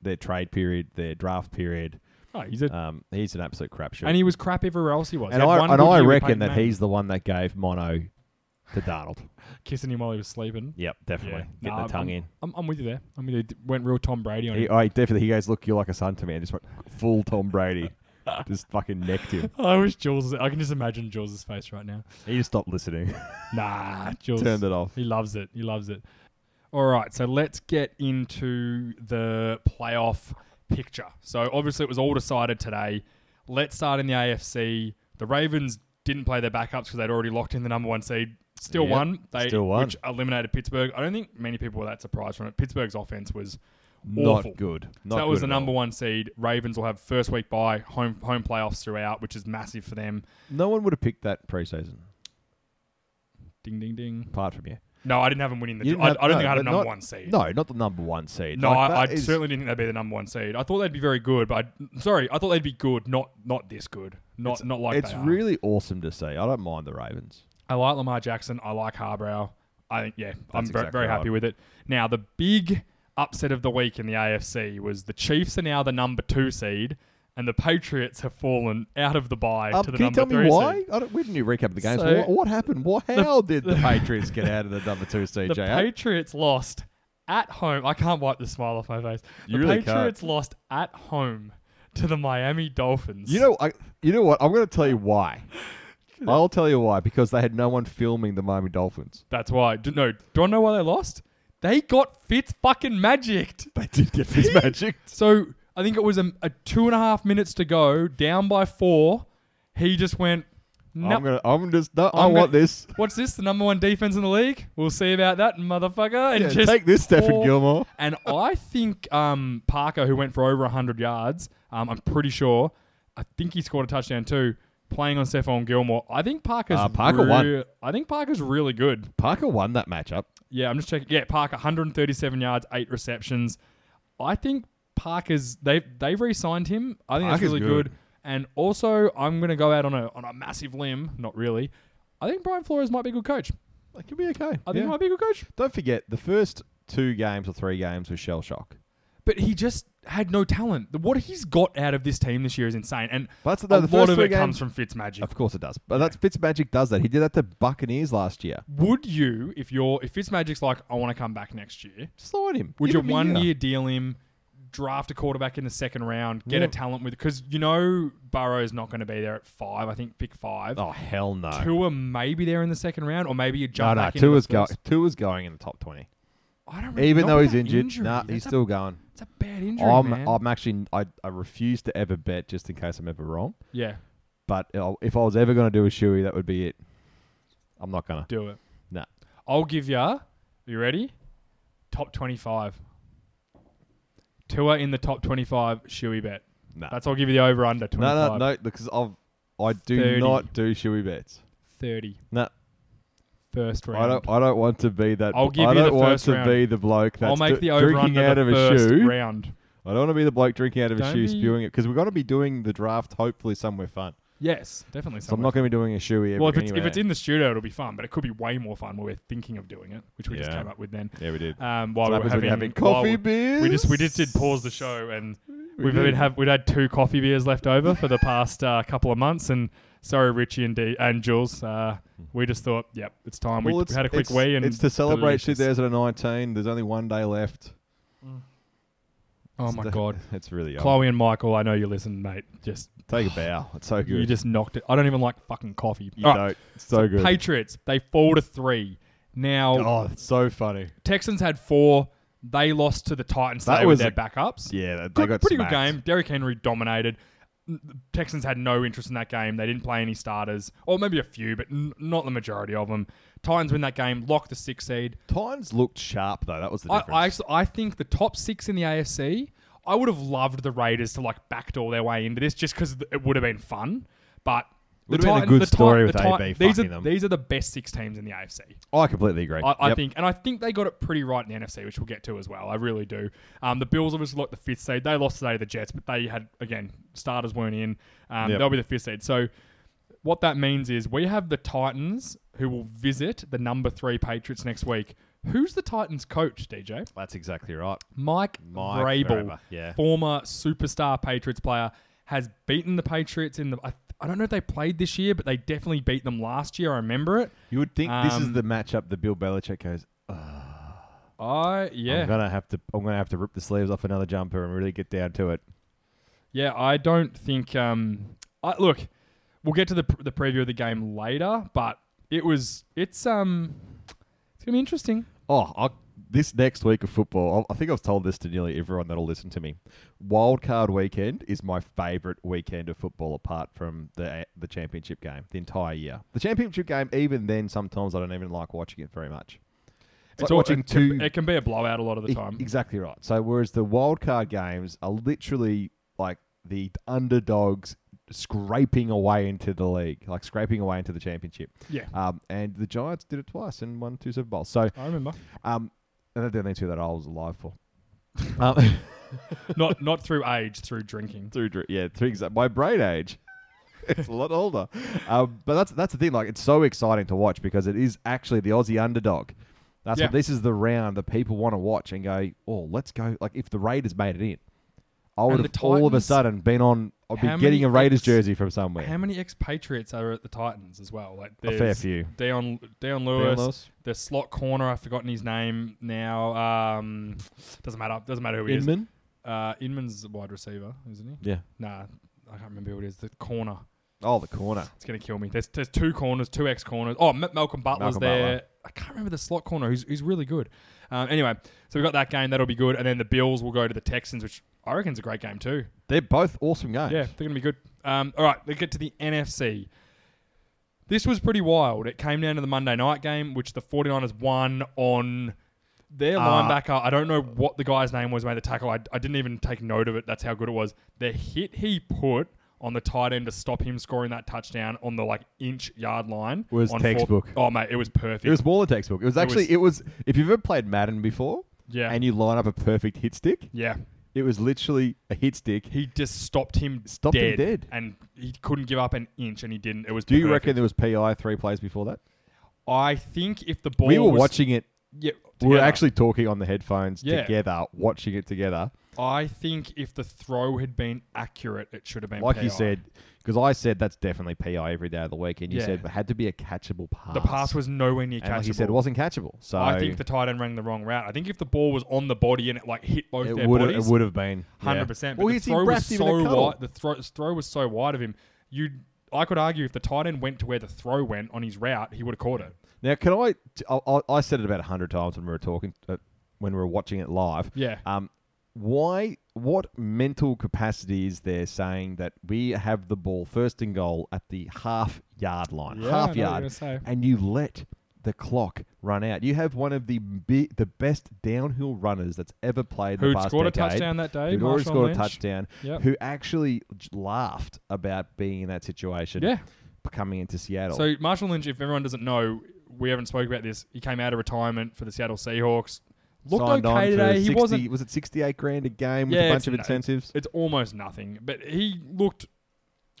their trade period, their draft period. Oh, he's a, Um, he's an absolute crapshoot. and he was crap everywhere else he was. He and had I, one and good I year with reckon Peyton that Manning. he's the one that gave Mono to Darnold. kissing him while he was sleeping. Yep, definitely. Getting Nah, the tongue in. I'm, I'm with you there. I mean, they d- went real Tom Brady on He, him. I definitely. He goes, "Look, you're like a son to me," and just went full Tom Brady, just fucking necked him. I wish Jules. I can just imagine Jules' face right now. He just stopped listening, Nah, Jules. turned it off. He loves it. He loves it. All right, so let's get into the playoff picture. So obviously it was all decided today. Let's start in the AFC. The Ravens didn't play their backups because they'd already locked in the number one seed. Still Yep, won. They still won. which eliminated Pittsburgh. I don't think many people were that surprised from it. Pittsburgh's offense was Awful. Not good. so Not that was good the at number all. one seed. Ravens will have first week bye, home home playoffs throughout, which is massive for them. No one would have picked that preseason, Ding ding ding. apart from you. No, I didn't have them winning the. You I, didn't have- I don't no, think I had a but number not- one seed. No, not the number one seed. No, Like, I, I that is- certainly didn't think they'd be the number one seed. I thought they'd be very good, but I, sorry, I thought they'd be good, not not this good, not not like It's they are. really awesome to see. I don't mind the Ravens. I like Lamar Jackson. I like Harbrow. I think yeah, I'm That's very, exactly very right. happy with it. Now the big upset of the week in the AFC was the Chiefs are now the number two seed, and the Patriots have fallen out of the bye Um, to the can you number tell me three why? seed. I don't, we didn't even recap the games. So- what, what happened? What, how did the Patriots get out of the number two seed? The JR? Patriots lost at home. I can't wipe the smile off my face. You the really can't. Patriots lost at home to the Miami Dolphins. You know, I, you know what? I'm going to tell you why. I'll tell you why because they had no one filming the Miami Dolphins. That's why. Do, no, do I know why they lost? They got Fitz fucking magicked. They did get this magic. So I think it was a, a two and a half minutes to go, down by four. He just went, I'm nope. gonna. I'm just. No, I I'm want gonna- this. What's this? The number one defense in the league? We'll see about that, motherfucker. And Yeah, just take this, Stephen pour- Gilmore. And I think um, Parker, who went for over 100 yards, um, I'm pretty sure, I think he scored a touchdown too, playing on Stephon Gilmore. I think Parker's Uh, Parker won. I think Parker's really good. Parker won that matchup. Yeah, I'm just checking. Yeah, Parker, 137 yards, eight receptions. I think Parker's they've they've re-signed him. I think that's really Parker's good. good. And also, I'm going to go out on a on a massive limb. Not really. I think Brian Flores might be a good coach. That could be okay. I think he Yeah. might be a good coach. Don't forget the first two games or three games was shell shock. But he just had no talent. The- What he's got out of this team this year is insane. And But that's- no, a the lot first of three it comes games- from Fitzmagic. Of course it does. But that's Fitzmagic does that. He did that to Buccaneers last year. Would you, if you're if Fitzmagic's like, I want to come back next year, Slide him. Would Give you him a one year deal him, draft a quarterback in the second round, get Yeah. a talent with because you know Burrow's not going to be there at five. I think pick five. Oh hell no. Tua maybe there in the second round, or maybe you no, jump no. back into Tua's the go, first. Tua's going in the top twenty. I don't really, Even not though with he's that injured, injury. nah, That's he's a- still going. it's a bad injury, I'm man. I'm actually I, I refuse to ever bet just in case I'm ever wrong. yeah, But I'll- if I was ever going to do a shoey, that would be it. I'm not gonna. do it. Nah. I'll give ya. You ready? Top twenty-five. Tua in the top twenty-five. Shuey bet. Nah. That's I'll give you the over/under. no, Twenty-five. no, no. Because I've I do 30. not do shoey bets. Thirty. Nah. First round. I don't. I don't want to be that. I'll give I you don't the want first to round. be the bloke that's I'll make d- the over drinking under out the of a first shoe. round. I don't want to be the bloke drinking out of Don't a shoe, be- spewing it because we're going to be doing the draft hopefully somewhere fun. Yes, definitely. So I'm Somewhere. not going to be doing a shoey. well, if it's, if it's in the studio, it'll be fun, but it could be way more fun where we're thinking of doing it, which we just Yeah. came up with then. yeah, we did. Um, while So we that were was when having, you're having while coffee we- beers. we just we just did pause the show, and We we've been did. have we'd had two coffee beers left over for the past uh, couple of months, and sorry Richie and D- and Jules, uh, we just thought, yep, it's time. Well, we it's- had a quick it's- wee, and it's to celebrate delicious. 2019. There's only one day left. Oh It's my the- god, it's really old. Chloe and Michael, I know you listen, mate. Just Take a bow. It's so good. you just knocked it. I don't even like fucking coffee. You All right, don't. It's so good. Patriots, they fall to three. Now, Oh, that's so funny. Texans had four. They lost to the Titans That today with was their a- backups. Yeah, they, they Good, got pretty good smacked. game. Derrick Henry dominated. N- the Texans had no interest in that game. They didn't play any starters, or maybe a few, but n- not the majority of them. Titans win that game, lock the six seed. Titans looked sharp though. That was the I, difference. I, actually- I think the top six in the AFC. I would have loved the Raiders to like backdoor their way into this, just because it would have been fun. But the Would've been a Titan- good the Ti- story the with Ti- AB These are fucking them. these are the best six teams in the AFC. I completely agree. I, I Yep. think, and I think they got it pretty right in the NFC, which we'll get to as well. I really do. Um, the Bills obviously locked the fifth seed. They lost today to the Jets, but they had again starters weren't in. Um, Yep. They'll be the fifth seed. So what that means is we have the Titans who will visit the number three Patriots next week. Who's the Titans coach, DJ? that's exactly right. Mike, Mike Vrabel, Vrabel, yeah. former superstar Patriots player, has beaten the Patriots in the. I, I don't know if they played this year, but they definitely beat them last year. I remember it. You would think this is Um, the matchup that Bill Belichick goes. I yeah. I'm gonna have to. I'm gonna have to rip the sleeves off another jumper and really get down to it. Yeah, I don't think. Um, I, look, we'll get to the pr- the preview of the game later, but it was it's um it's gonna be interesting. Oh, i this next week of football, I I think I've told this to nearly everyone that'll listen to me. Wildcard weekend is my favourite weekend of football, apart from the the championship game. The entire year, the championship game. Even then, sometimes I don't even like watching it very much. It's, like all- watching it can- two. It can be a blowout a lot of the E- time. Exactly right. So whereas the wildcard games are literally like the underdogs scraping away into the league, like scraping away into the championship. yeah, Um, and the Giants did it twice and won two Super Bowls. So I remember. um, and they're the only two that I was alive for. um, not not through age, through drinking. through, dr- yeah, through exa- my brain age. it's a lot older, um, but that's that's the thing. Like, it's so exciting to watch because it is actually the Aussie underdog. That's Yeah. what this is the round that people want to watch and go, oh, let's go. Like, if the Raiders made it in, I would the have all of a Titans- sudden been on. I'd How be many getting a Raiders ex- jersey from somewhere. How many ex-Patriots are at the Titans as well? Like a fair there's few. Deion Deion Lewis, Anyone else? the slot corner. I've forgotten his name now. Um, doesn't matter. Doesn't matter who he Inman. is. Uh, Inman's a wide receiver, isn't he? Yeah. Nah, I can't remember who it is. The corner. Oh, the corner. It's gonna kill me. There's there's two corners, two ex corners. Oh, M- Malcolm Butler's Malcolm there. Butler. I can't remember the slot corner. Who's who's really good. Um, anyway, so we have got that game. That'll be good. And then the Bills will go to the Texans, which I reckon's a great game too. They're both awesome games. Yeah, they're gonna be good. Um, all right, let's get to the NFC. This was pretty wild. It came down to the Monday night game, which the 49ers won on their Uh, linebacker. I don't know what the guy's name was, made the tackle. I, I didn't even take note of it. That's how good it was. The hit he put on the tight end to stop him scoring that touchdown on the like inch yard line Was on textbook. Fourth, oh mate, it was perfect. It was more than textbook. It was actually it was, if you've ever played Madden before yeah, and you line up a perfect hit stick, yeah. it was literally a hit stick. He just stopped him Stopped him dead, dead. and he couldn't give up an inch, and he didn't. It was. Do you perfect. reckon there was PI three plays before that? I think if the ball we were was, watching it. Yeah, We were together. actually talking on the headphones Yeah. together, watching it together. I think if the throw had been accurate, it should have been. Like you PI. said, because I said that's definitely PI every day of the week, and you Yeah. said it had to be a catchable pass. the pass was nowhere near and catchable. like you said, it wasn't catchable. So I think the tight end rang the wrong route. I think if the ball was on the body and it like hit both it their would it bodies, would have been hundred percent. Well, But the he's- he throw was wrapped him in a so cuddle. wide. The throw, his throw was so wide of him. You, I could argue if the tight end went to where the throw went on his route, he would have caught it. Now, can I? I- I, I said it about hundred times when we were talking, uh, when we were watching it live. Yeah. Um, why? What mental capacity is there saying that we have the ball first and goal at the half yard line, Yeah, I know half what you're gonna yard, say. and you let the clock run out? You have one of the bi- the best downhill runners that's ever played. Who the past scored a decade, touchdown that day? Who'd already Marshawn scored Lynch. a touchdown? Yep. Who actually j- laughed about being in that situation? Yeah. coming into Seattle. So Marshall Lynch, if everyone doesn't know, we haven't spoke about this. He came out of retirement for the Seattle Seahawks. Looked signed on okay for today. 60 He wasn't. Was it sixty-eight grand a game with Yeah, a it's bunch of no- incentives? It's almost nothing, but he looked.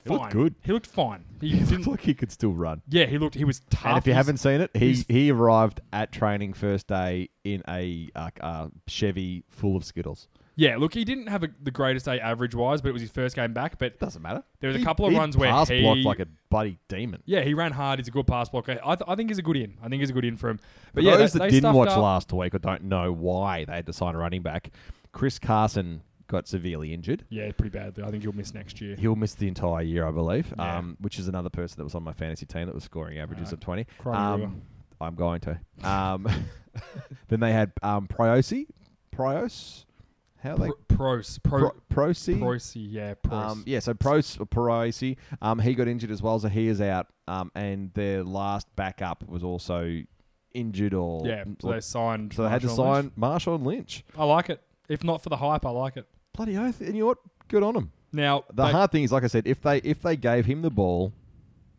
He fine. looked good. He looked fine. He He didn't. looked like he could still run. yeah, he looked. He was tough. And if you He's- haven't seen it, he he's- he arrived at training first day in a uh, uh, Chevy full of Skittles. yeah, look, he didn't have a, the greatest day average wise, but it was his first game back. But Doesn't matter. There was a He- couple of he runs where pass he- blocked like a bloody demon. yeah, he ran hard. He's a good pass blocker. I, th- I think he's a good in. I think he's a good in for him. But For yeah, those they, that they didn't stuffed watch up. last week or don't know why they had to sign a running back, Chris Carson got severely injured. Yeah, pretty badly. I think he'll miss next year. He'll miss the entire year, I believe. Yeah. Um, which is another person that was on my fantasy team that was scoring averages Alright. of twenty. Cry me a river. Um, I'm going to. Um, then they had um, Priosi. Prios? How they? Pro, pros, pro, Pro, Prosi? Prosi, yeah, pros. Um, yeah, so Pros Perosi, um, he got injured as well, so he is out. Um, and their last backup was also injured or yeah, so or- they signed. so they had to Marshawn Lynch. sign Marshawn Lynch. I like it. If not for the hype, I like it. Bloody oath! And you know what? Good on him. Now, The they- hard thing is, like I said, if they if they gave him the ball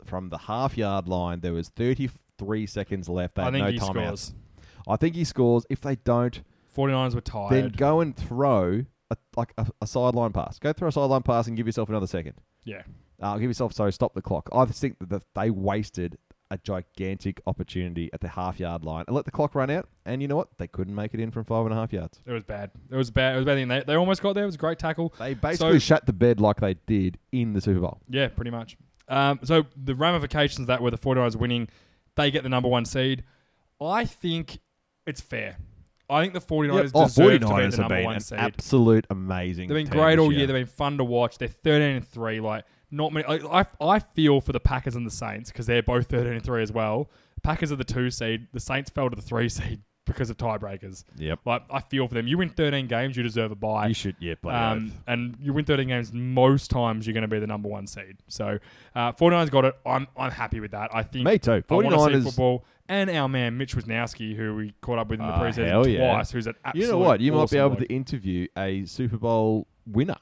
from the half yard line, there was thirty three seconds left. They I had think no he timeouts. scores. I think he scores. If they don't, 49ers were tired. then go and throw a, like a, a sideline pass. Go throw a sideline pass and give yourself another second. yeah. Uh, give yourself so stop the clock. I just think that the, they wasted a gigantic opportunity at the half yard line and let the clock run out. And you know what? They couldn't make it in from five and a half yards. It was bad. It was bad. It was bad. thing. They, they almost got there. It was a great tackle. They basically shut the bed like they did in the Super Bowl. Yeah, pretty much. Um, so the ramifications of that were the 49ers winning. They get the number one seed. I think it's fair. I think the 49ers oh, deserve to be 49ers the have number been one an seed. absolute amazing. They've been team great this all year. They've been fun to watch. They're 13 and 3. Like, not many. I, I, I feel for the Packers and the Saints because they're both 13 and 3 as well. Packers are the two seed. The Saints fell to the three seed because of tiebreakers. Yep. Like, I feel for them. You win 13 games, you deserve a bye. You should, yeah, play Um, and you win 13 games, most times you're going to be the number one seed. So, uh, 49ers got it. I'm, I'm happy with that. I think Me too. I want to see 49ers. football. And our man, Mitch Wisnowski, who we caught up with in the Ah, preseason hell twice, yeah. who's an absolute You know what? You might awesome be able bloke. to interview a Super Bowl winner.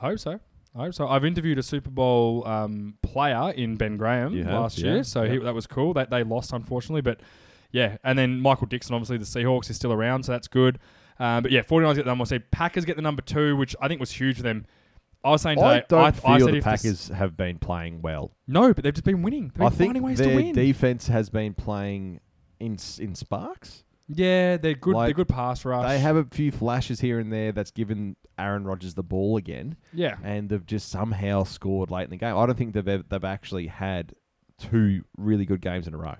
I hope so. I hope so. I've interviewed a Super Bowl um, player in Ben Graham You have, last yeah, year, so he, yeah. that was cool. That they lost, unfortunately, but yeah. And then Michael Dixon, obviously the Seahawks, is still around, so that's good. Um, but yeah, 49ers get the number one seed. Packers get the number two, which I think was huge for them. I was saying today, I don't feel I said the if this- Packers have been playing well. no, but they've just been winning. They've been I think finding ways to their win. defense has been playing in s- in sparks. yeah, they're good. they're Like, good pass rush. They have a few flashes here and there that's given Aaron Rodgers the ball again, yeah. and they've just somehow scored late in the game. I don't think they've ever, they've actually had two really good games in a row,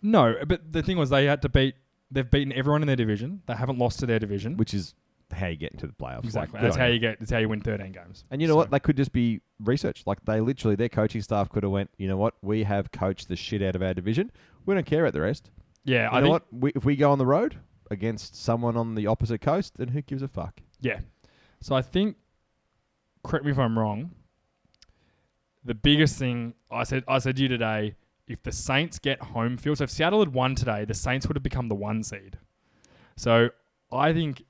No, but the thing was they had to beat. They've beaten everyone in their division. They haven't lost to their division. which is how you get into the playoffs. Like, exactly. good that's on how you get. That's how you win 13 games. And you know So- what? They could just be research. Like they literally, their coaching staff could have went. You know what? We have coached the shit out of our division. We don't care about the rest. Yeah, You I know think what? We, if we go on the road against someone on the opposite coast, then who gives a fuck? Yeah. So I think, correct me if I'm wrong. The biggest thing I said, I said to you today, if the Saints get home field, so if Seattle had won today, the Saints would have become the one seed. So I think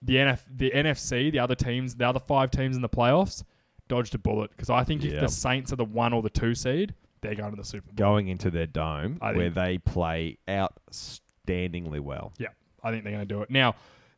the NF, the NFC, the other teams, the other five teams in the playoffs, dodged a bullet because I think if Yeah. the Saints are the one or the two seed, they're going to the Super Bowl. Going into their dome I where think- they play outstandingly well. Yeah, I think they're going to do it. Now,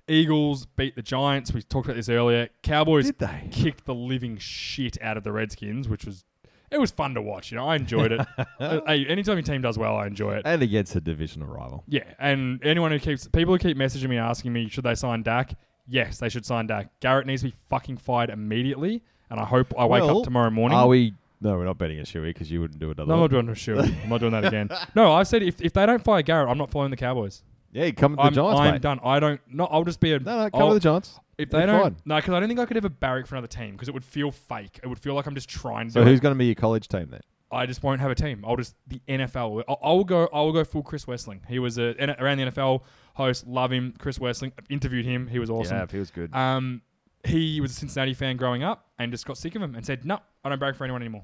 Eagles beat the Giants. We talked about this earlier. Cowboys Did they? kicked the living shit out of the Redskins, which was it was fun to watch. You know, I enjoyed it. Uh, hey, anytime your team does well, I enjoy it. And against a divisional rival. Yeah, and anyone who keeps people who keep messaging me asking me should they sign Dak? Yes, they should sign Dak. Garrett needs to be fucking fired immediately, and I hope I wake Well, up tomorrow morning. Are we? No, we're not betting against you because you wouldn't do another. no, I'm one. not doing sure. I'm not doing that again. No, I said if, if they don't fire Garrett, I'm not following the Cowboys. Yeah, you come to the I'm, Giants, I'm mate. done. I don't. No, I'll just be a. No, no, come I'll- to the Giants. If they You're don't, fine. no, because I don't think I could ever barrack for another team because it would feel fake. It would feel like I'm just trying to. So do it. who's going to be your college team then? I just won't have a team. I'll just the NFL. I'll, I'll go. I will go full Chris Wessling. He was a, an- around the NFL host. Love him, Chris Wessling. I've interviewed him. He was awesome. feels good. Um, he was a Cincinnati fan growing up and just got sick of him and said, "No, I don't break for anyone anymore."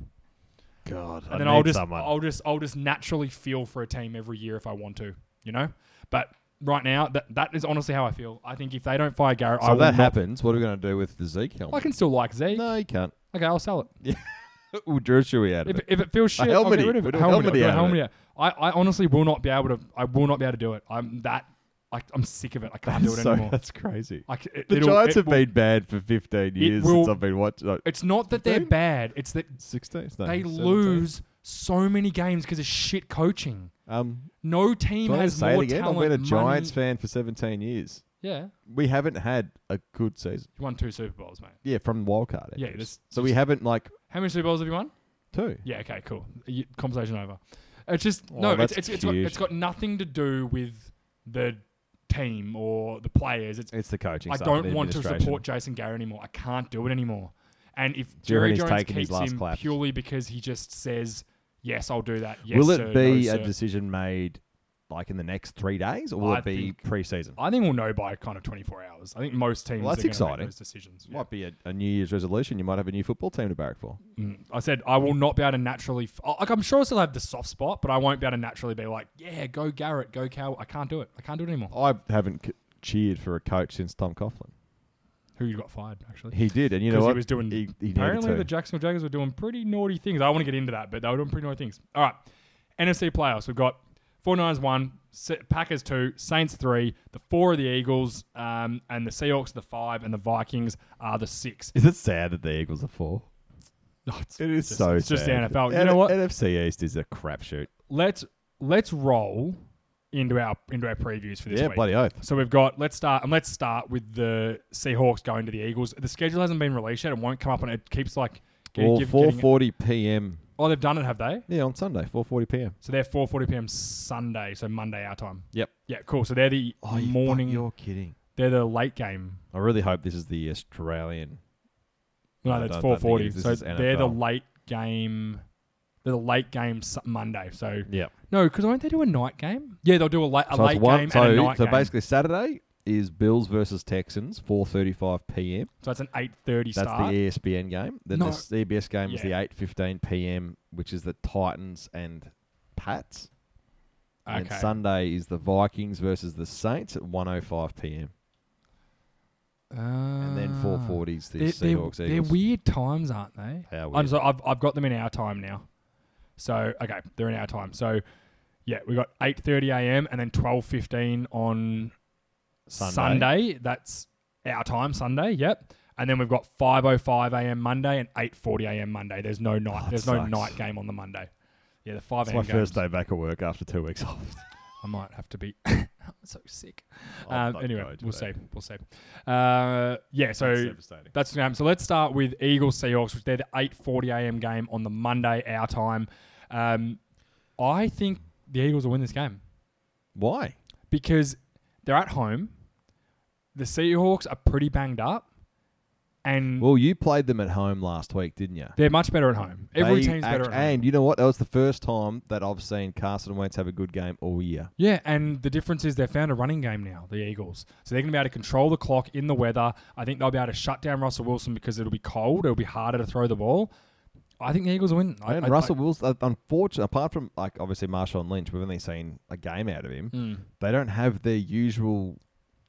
God, And then I'll just, I'll just, I'll just naturally feel for a team every year if I want to, you know. But right now, that that is honestly how I feel. I think if they don't fire Garrett, so I if will that not- happens, what are we going to do with the Zeke I helmet? can still like Zeke. No, you can't. Okay, I'll sell it. Well, Drew Shuey out of If, it. if it feels shit, I'll helmet-y. get rid of We it. do a Helmet-y, I do helmet-y a out of it. helmet-y. I, I honestly will not be able to. I will not be able to do it. I'm that. I, I'm sick of it. I can't do it So anymore. that's crazy. I c- it- The it'll- Giants it have will- been bad for 15 years since will- I've been watching. Like, It's not that they're Fifteen? bad. It's that 16? No, they 17. lose so many games because of shit coaching. Um, No team can I has say it more again? talent. I've been a money- Giants fan for 17 years. Yeah, you We haven't had a good season. won two Super Bowls, mate. Yeah, from wildcard. Yeah, entrants. this- so we haven't, like, How many Super Bowls have you won? two. Yeah, okay, cool. You, conversation over. It's just Oh, no. that's It's it's, it's, got, cute. it's got nothing to do with the team or the players. It's It's the coaching I staff and don't want to administration. support Jason Garrett anymore. I can't do it anymore. And if Do you Jerry reckon he's Jones taken his keeps last him claps? purely because he just says, "Yes, I'll do that." Yes, Will it sir, be no, a sir." decision made like in the next three days, or will I it be think- preseason? I think we'll know by kind of 24 hours. I think most teams Well, that's are gonna exciting. Make those decisions. Yeah. Might be a, a New Year's resolution. You might have a new football team to barrack for. Mm. I said I will not be able to naturally. F- I- like I'm sure I still have the soft spot, but I won't be able to naturally be like, yeah, go Garrett, go Cow. I can't do it. I can't do it anymore. I haven't c- cheered for a coach since Tom Coughlin. Who you got fired actually? He did, and you know 'Cause he what? was doing- He, he needed Apparently to. the Jacksonville Jaguars were doing pretty naughty things. I want to get into that, but they were doing pretty naughty things. All right, NFC playoffs. We've got 49ers one, Se- Packers two, Saints three, the four are the Eagles, um, and the Seahawks are the five, and the Vikings are the six. Is it sad that the Eagles are four? Oh, it's It is just- so. It's just the sad. NFL. You N- know what? NFC East is a crapshoot. let's let's roll into our into our previews for this Yeah, week. bloody oath. So we've got let's start and let's start with the Seahawks going to the Eagles. The schedule hasn't been released yet. It won't come up, and it keeps like getting, Well, give- four getting- forty p.m. Oh, they've done it, have they? Yeah, on Sunday, four forty p.m. So they're four forty p.m. Sunday, so Monday our time. Yep. Yeah, cool. So they're the Oh, you fuck, morning. You're kidding. They're the late game. I really hope this is the Australian. No, No, that's no, four forty. I think it is. So This is they're the NFL. late game. They're the late game Su- Monday. So Yeah. no, because won't they do a night game? Yeah, they'll do a late a so late it's one, game so, and a night so game. basically Saturday is Bills versus Texans, four thirty-five p.m. so it's an eight thirty That's start. the E ESPN game. Then No. the CBS game is the Yeah. eight fifteen p.m., which is the Titans and Pats. And Okay. Sunday is the Vikings versus the Saints at one o five p.m. And then four Ah. forty is the They're, they're- Seahawks they're Eagles. weird times, aren't they? How I'm weird. so, I've, I've got them in our time now. So okay, they're in our time. So yeah, we got 8:30 a.m. and then 12:15 on Sunday. Sunday. That's our time Sunday. Yep. And then we've got 5:05 a.m. Monday and 8:40 a.m. Monday. There's no night. that there's no sucks. night game on the Monday. Yeah, the five It's a.m. my games, first day back at work after two weeks off. I might have to be. I'm so sick. I'll Um, fuck anyway, no we'll see. today. We'll see. Uh, yeah. So That's devastating. That's the game. So let's start with Eagles Seahawks, which they're the eight forty a.m. game on the Monday our time. Um, I think the Eagles will win this game Why? because they're at home. The Seahawks are pretty banged up, and Well, you played them at home last week, didn't you? they're much better at home. Every They team's better act- at home. And you know what? That was the first time that I've seen Carson Wentz have a good game all year. Yeah, and the difference is they've found a running game now, the Eagles. So they're going to be able to control the clock in the weather. I think they'll be able to shut down Russell Wilson because it'll be cold. It'll be harder to throw the ball. I think the Eagles will win. I- And I- Russell Wilson, uh, unfortunately, apart from like obviously Marshawn Lynch, we've only seen a game out of him. I, mm. They don't have their usual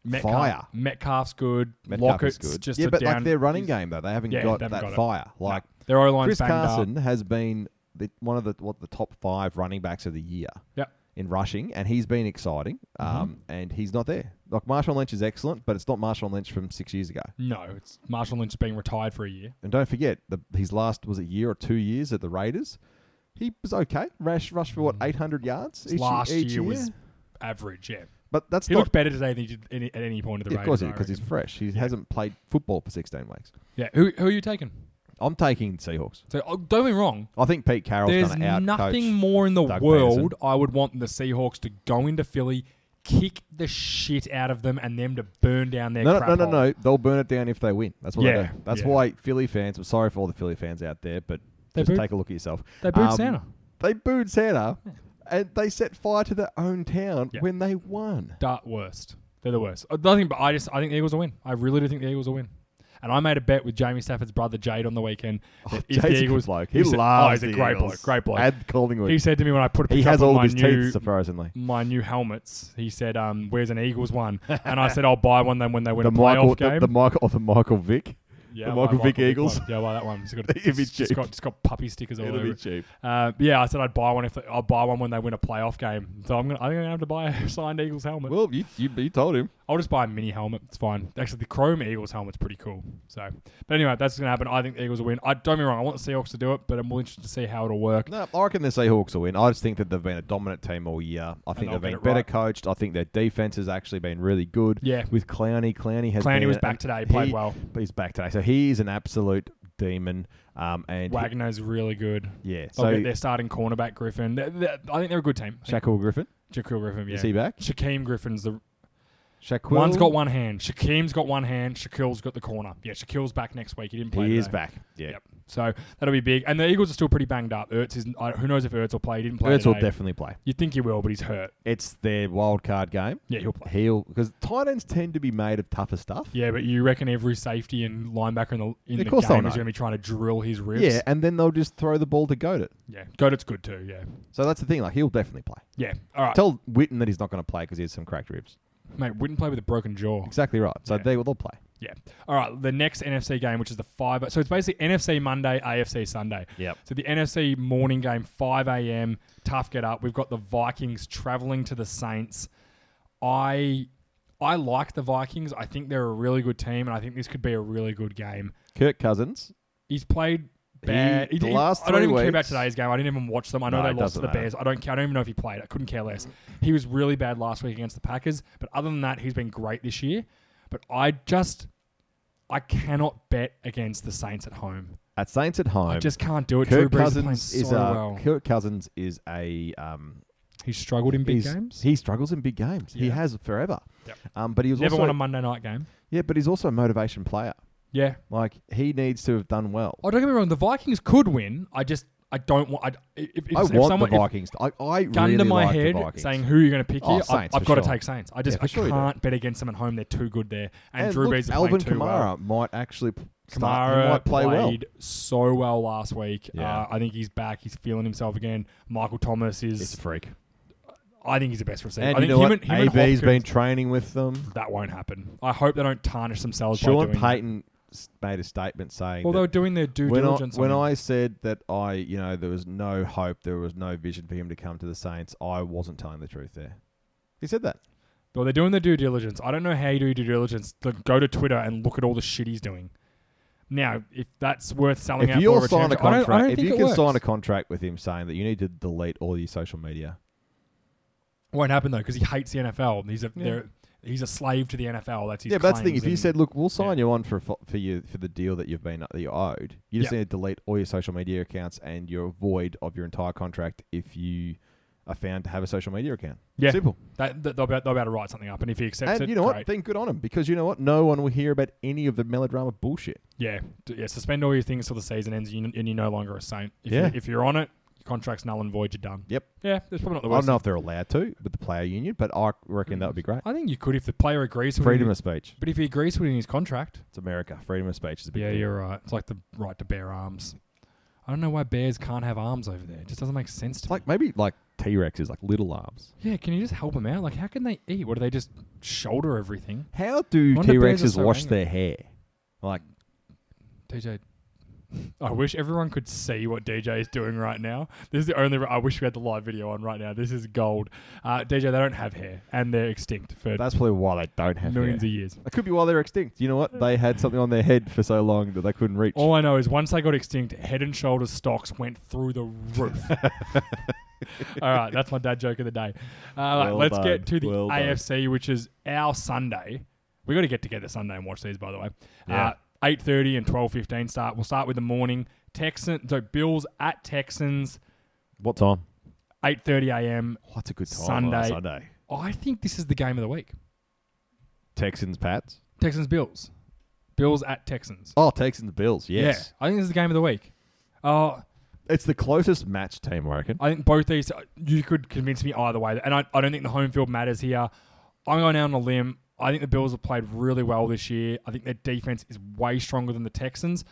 Metcalf, fire. Metcalf's good. Metcalf is Lockett's good. just yeah, a but down. like their running he's- game though, they haven't Yeah, got they haven't that got it. fire. Like Their O line's Chris banged up. Carson has been the, one of the what the top five running backs of the year. Yep. Mm-hmm. In rushing, and he's been exciting, um, and he's not there. Like Marshawn Lynch is excellent, but it's not Marshawn Lynch from six years ago. No, it's Marshall Lynch being retired for a year. And don't forget, the, his last was a year or two years at the Raiders. He was okay. Rush rushed for what eight hundred yards Mm. His each, last each year was average. Yeah, But that's he not looked better today than he did any, at any point of the yeah, of Raiders. course I because he's reckon. fresh. He hasn't played football for sixteen weeks. yeah. Who who are you taking? I'm taking Seahawks. So oh, don't get me wrong. I think Pete Carroll's There's going to out nothing more in the Doug world Peterson. I would want the Seahawks to go into Philly, kick the shit out of them, and them to burn down their No, crap no, no, hole. no, no. They'll burn it down if they win. That's what Yeah, they do. That's yeah. why Philly fans. I'm sorry for all the Philly fans out there, but They just booed- take a look at yourself. They booed Um, Santa. They booed Santa, and they set fire to their own town Yeah. when they won. Dart worst. They're the worst. Uh, Nothing, but I just I think the Eagles will win. I really do think the Eagles will win. And I made a bet with Jamie Stafford's brother Jade on the weekend. that Jay's Oh, a good bloke. He, said- oh, loves he's a the great Eagles. bloke. Great bloke. And Collingwood. he said to me when I put a he picture has up on all my of his new teeth, surprisingly. my new helmets, he said, um, "Where's an Eagles one?" And I said, "I'll buy one then when they win The a playoff Michael, game." the, the Michael, or the Michael Vick. yeah, the I'll buy Michael Vick Eagles. one. Yeah, Yeah, buy that one. It's got, It'd be it's just cheap. got, it's got puppy stickers all It'll over be it. cheap. Uh, yeah, I said I'd buy one if they, I'll buy one when they win a playoff game. So I'm gonna I think I'm gonna have to buy a signed Eagles helmet. Well, you, you, you told him. I'll just buy a mini helmet. It's fine. Actually, the chrome Eagles helmet's pretty cool. So, but anyway, that's gonna happen. I think the Eagles will win. I don't get me wrong. I want the Seahawks to do it, but I'm more interested to see how it'll work. No, I reckon the Seahawks will win. I just think that they've been a dominant team all year. I think they'll get they've been it better right. coached. I think their defense has actually been really good. Yeah. With Clowney, Clowney has Clowney been was an- back today, played he- well. But he's back today, so he is an absolute demon. Um, and he- Wagner's really good. yeah, They'll so get their starting cornerback Griffin. They're- they're- I think they're a good team. I think Shaquille Griffin Shaquille Griffin, yeah. is he back? Shaquem Griffin's the Shaquille. One's got one hand. Shaquem's got one hand. Shaquille's got the corner. Yeah, Shaquille's back next week. He didn't play. He is today. back. Yeah. Yep. So that'll be big. And the Eagles are still pretty banged up. Ertz is. I, who knows if Ertz will play? He didn't play. Ertz will today. definitely play. You'd think he will, but he's hurt. It's their wild card game. Yeah, he'll play. He'll because tight ends tend to be made of tougher stuff. Yeah, but you reckon every safety and linebacker in the in Of the course they'll game is know. going to be trying to drill his ribs. Yeah, and then they'll just throw the ball to goad it. yeah. Godet's good too. Yeah, So that's the thing. Like he'll definitely play. yeah. All right, Tell Witten that he's not going to play because he has some cracked ribs. mate. Wouldn't play with a broken jaw. Exactly right. So Yeah. they will they'll play. Yeah. All right. The next NFC game, which is the five. So it's basically NFC Monday, AFC Sunday. Yep. So the NFC morning game, 5 a.m. Tough get up. We've got the Vikings traveling to the Saints. I I like the Vikings. I think they're a really good team, and I think this could be a really good game. Kirk Cousins. He's played He- bad. the last I don't three even care about weeks- today's game. I didn't even watch them. I know No, they it lost to the doesn't matter. Bears. I don't care. I don't even know if he played. I couldn't care less. He was really bad last week against the Packers, but other than that, he's been great this year. But I just I cannot bet against the Saints at home. At Saints at home. I just can't do it. Kirk Drew Brees is playing Cousins so is a well. Kirk Cousins is a um, He struggled in big he's- games. He struggles in big games. He Yeah. has forever. Yep. Um, but he was Never also won a Monday night game. yeah, but he's also a motivation player. Yeah. Like he needs to have done well. Oh, don't get me wrong. The Vikings could win. I just I don't want. I if, if, I if want someone, the if Vikings. to- I, I gun really to my like the head Vikings. saying who you're going to pick Oh, here, Saints I've, I've got for to sure. take Saints. I just Yeah, for I sure you do. can't bet against them at home. They're too good there. And, And Drew look, Brees is Alvin playing too Kamara well. might actually p- start. He Kamara might play well. played so well last week. Yeah. Uh, I think he's back. He's feeling himself again. Michael Thomas He's a is. freak. I think he's the best receiver. And I you think know him what? and, him and AB's been Hopkins- training with them. that won't happen. I hope they don't tarnish themselves. by Sean doing that. Payton s- made a statement saying Well, they that were doing their due when I, diligence. when on him. I said that I, you know, there was no hope, there was no vision for him to come to the Saints, I wasn't telling the truth there. He said that. well, they're doing their due diligence. I don't know how you do due diligence. Like, go to Twitter and look at all the shit he's doing. Now, if that's worth selling if out you'll for sign a retention- I don't- contract, I don't if think you it can works. sign a contract with him saying that you need to delete all your social media, won't happen though because he hates the NFL. and He's a Yeah. they're- he's a slave to the NFL. That's his yeah, but that's the thing. claims If you and- said, "Look, we'll sign you on for fo- for you for the deal that you've been that you're owed," you just Yeah. need to delete all your social media accounts and you're void of your entire contract if you are found to have a social media account. Yeah. simple. that, that- they'll, be, they'll be able to write something up, and if he accepts And it, you know what? great. Then good on him because you know what? No one will hear about any of the melodrama bullshit. yeah, D- yeah, suspend all your things till the season ends, and, you, and you're no longer a saint. If, Yeah. you, if you're on it, your contract's null and void. You're done. Yep. Yeah, that's probably not the I don't worst. know if they're allowed to with the player union, but I reckon that would be great. I think you could if the player agrees. to it in- Freedom of speech. But if he agrees to it in his contract, It's America. Freedom of speech is a big yeah, deal. you're right. It's like the right to bear arms. I don't know why bears can't have arms over there. It just doesn't make sense to It's like maybe like T Rexes, like little arms. me. Yeah, can you just help them out? Like, how can they eat? What do they just shoulder everything? How do Wonder T bears are Rexes so wash angry. their hair? Like DJ, I wish everyone could see what DJ is doing right now. This is the only. I wish we had the live video on right now. This is gold. Uh, DJ, they don't have hair, and they're extinct for that's probably why they don't have millions hair. of years. It could be why they're extinct. You know what? They had something on their head for so long that they couldn't reach. All I know is once they got extinct, Head and Shoulders stocks went through the roof. All right, that's my dad joke of the day. Uh, all right, Well let's done. get to the Well done. AFC, which is our Sunday. We got to get together Sunday and watch these, by the way. Yeah. Uh, Eight thirty and twelve fifteen start. We'll start with the morning. Texan, so Bills at Texans, What time? eight thirty a.m. Oh, that's a good time. Sunday. on a Sunday. I think this is the game of the week. Texans, Pats. Texans Bills, Bills at Texans. Oh, Texans, Bills. Yes. Yeah, I think this is the game of the week. Oh, It's the closest match team, I reckon. I think both these uh, you could convince me either way, and I, I don't think the home field matters here. I'm going out on a limb. I think the Bills have played really well this year. I think their defense is way stronger than the Texans.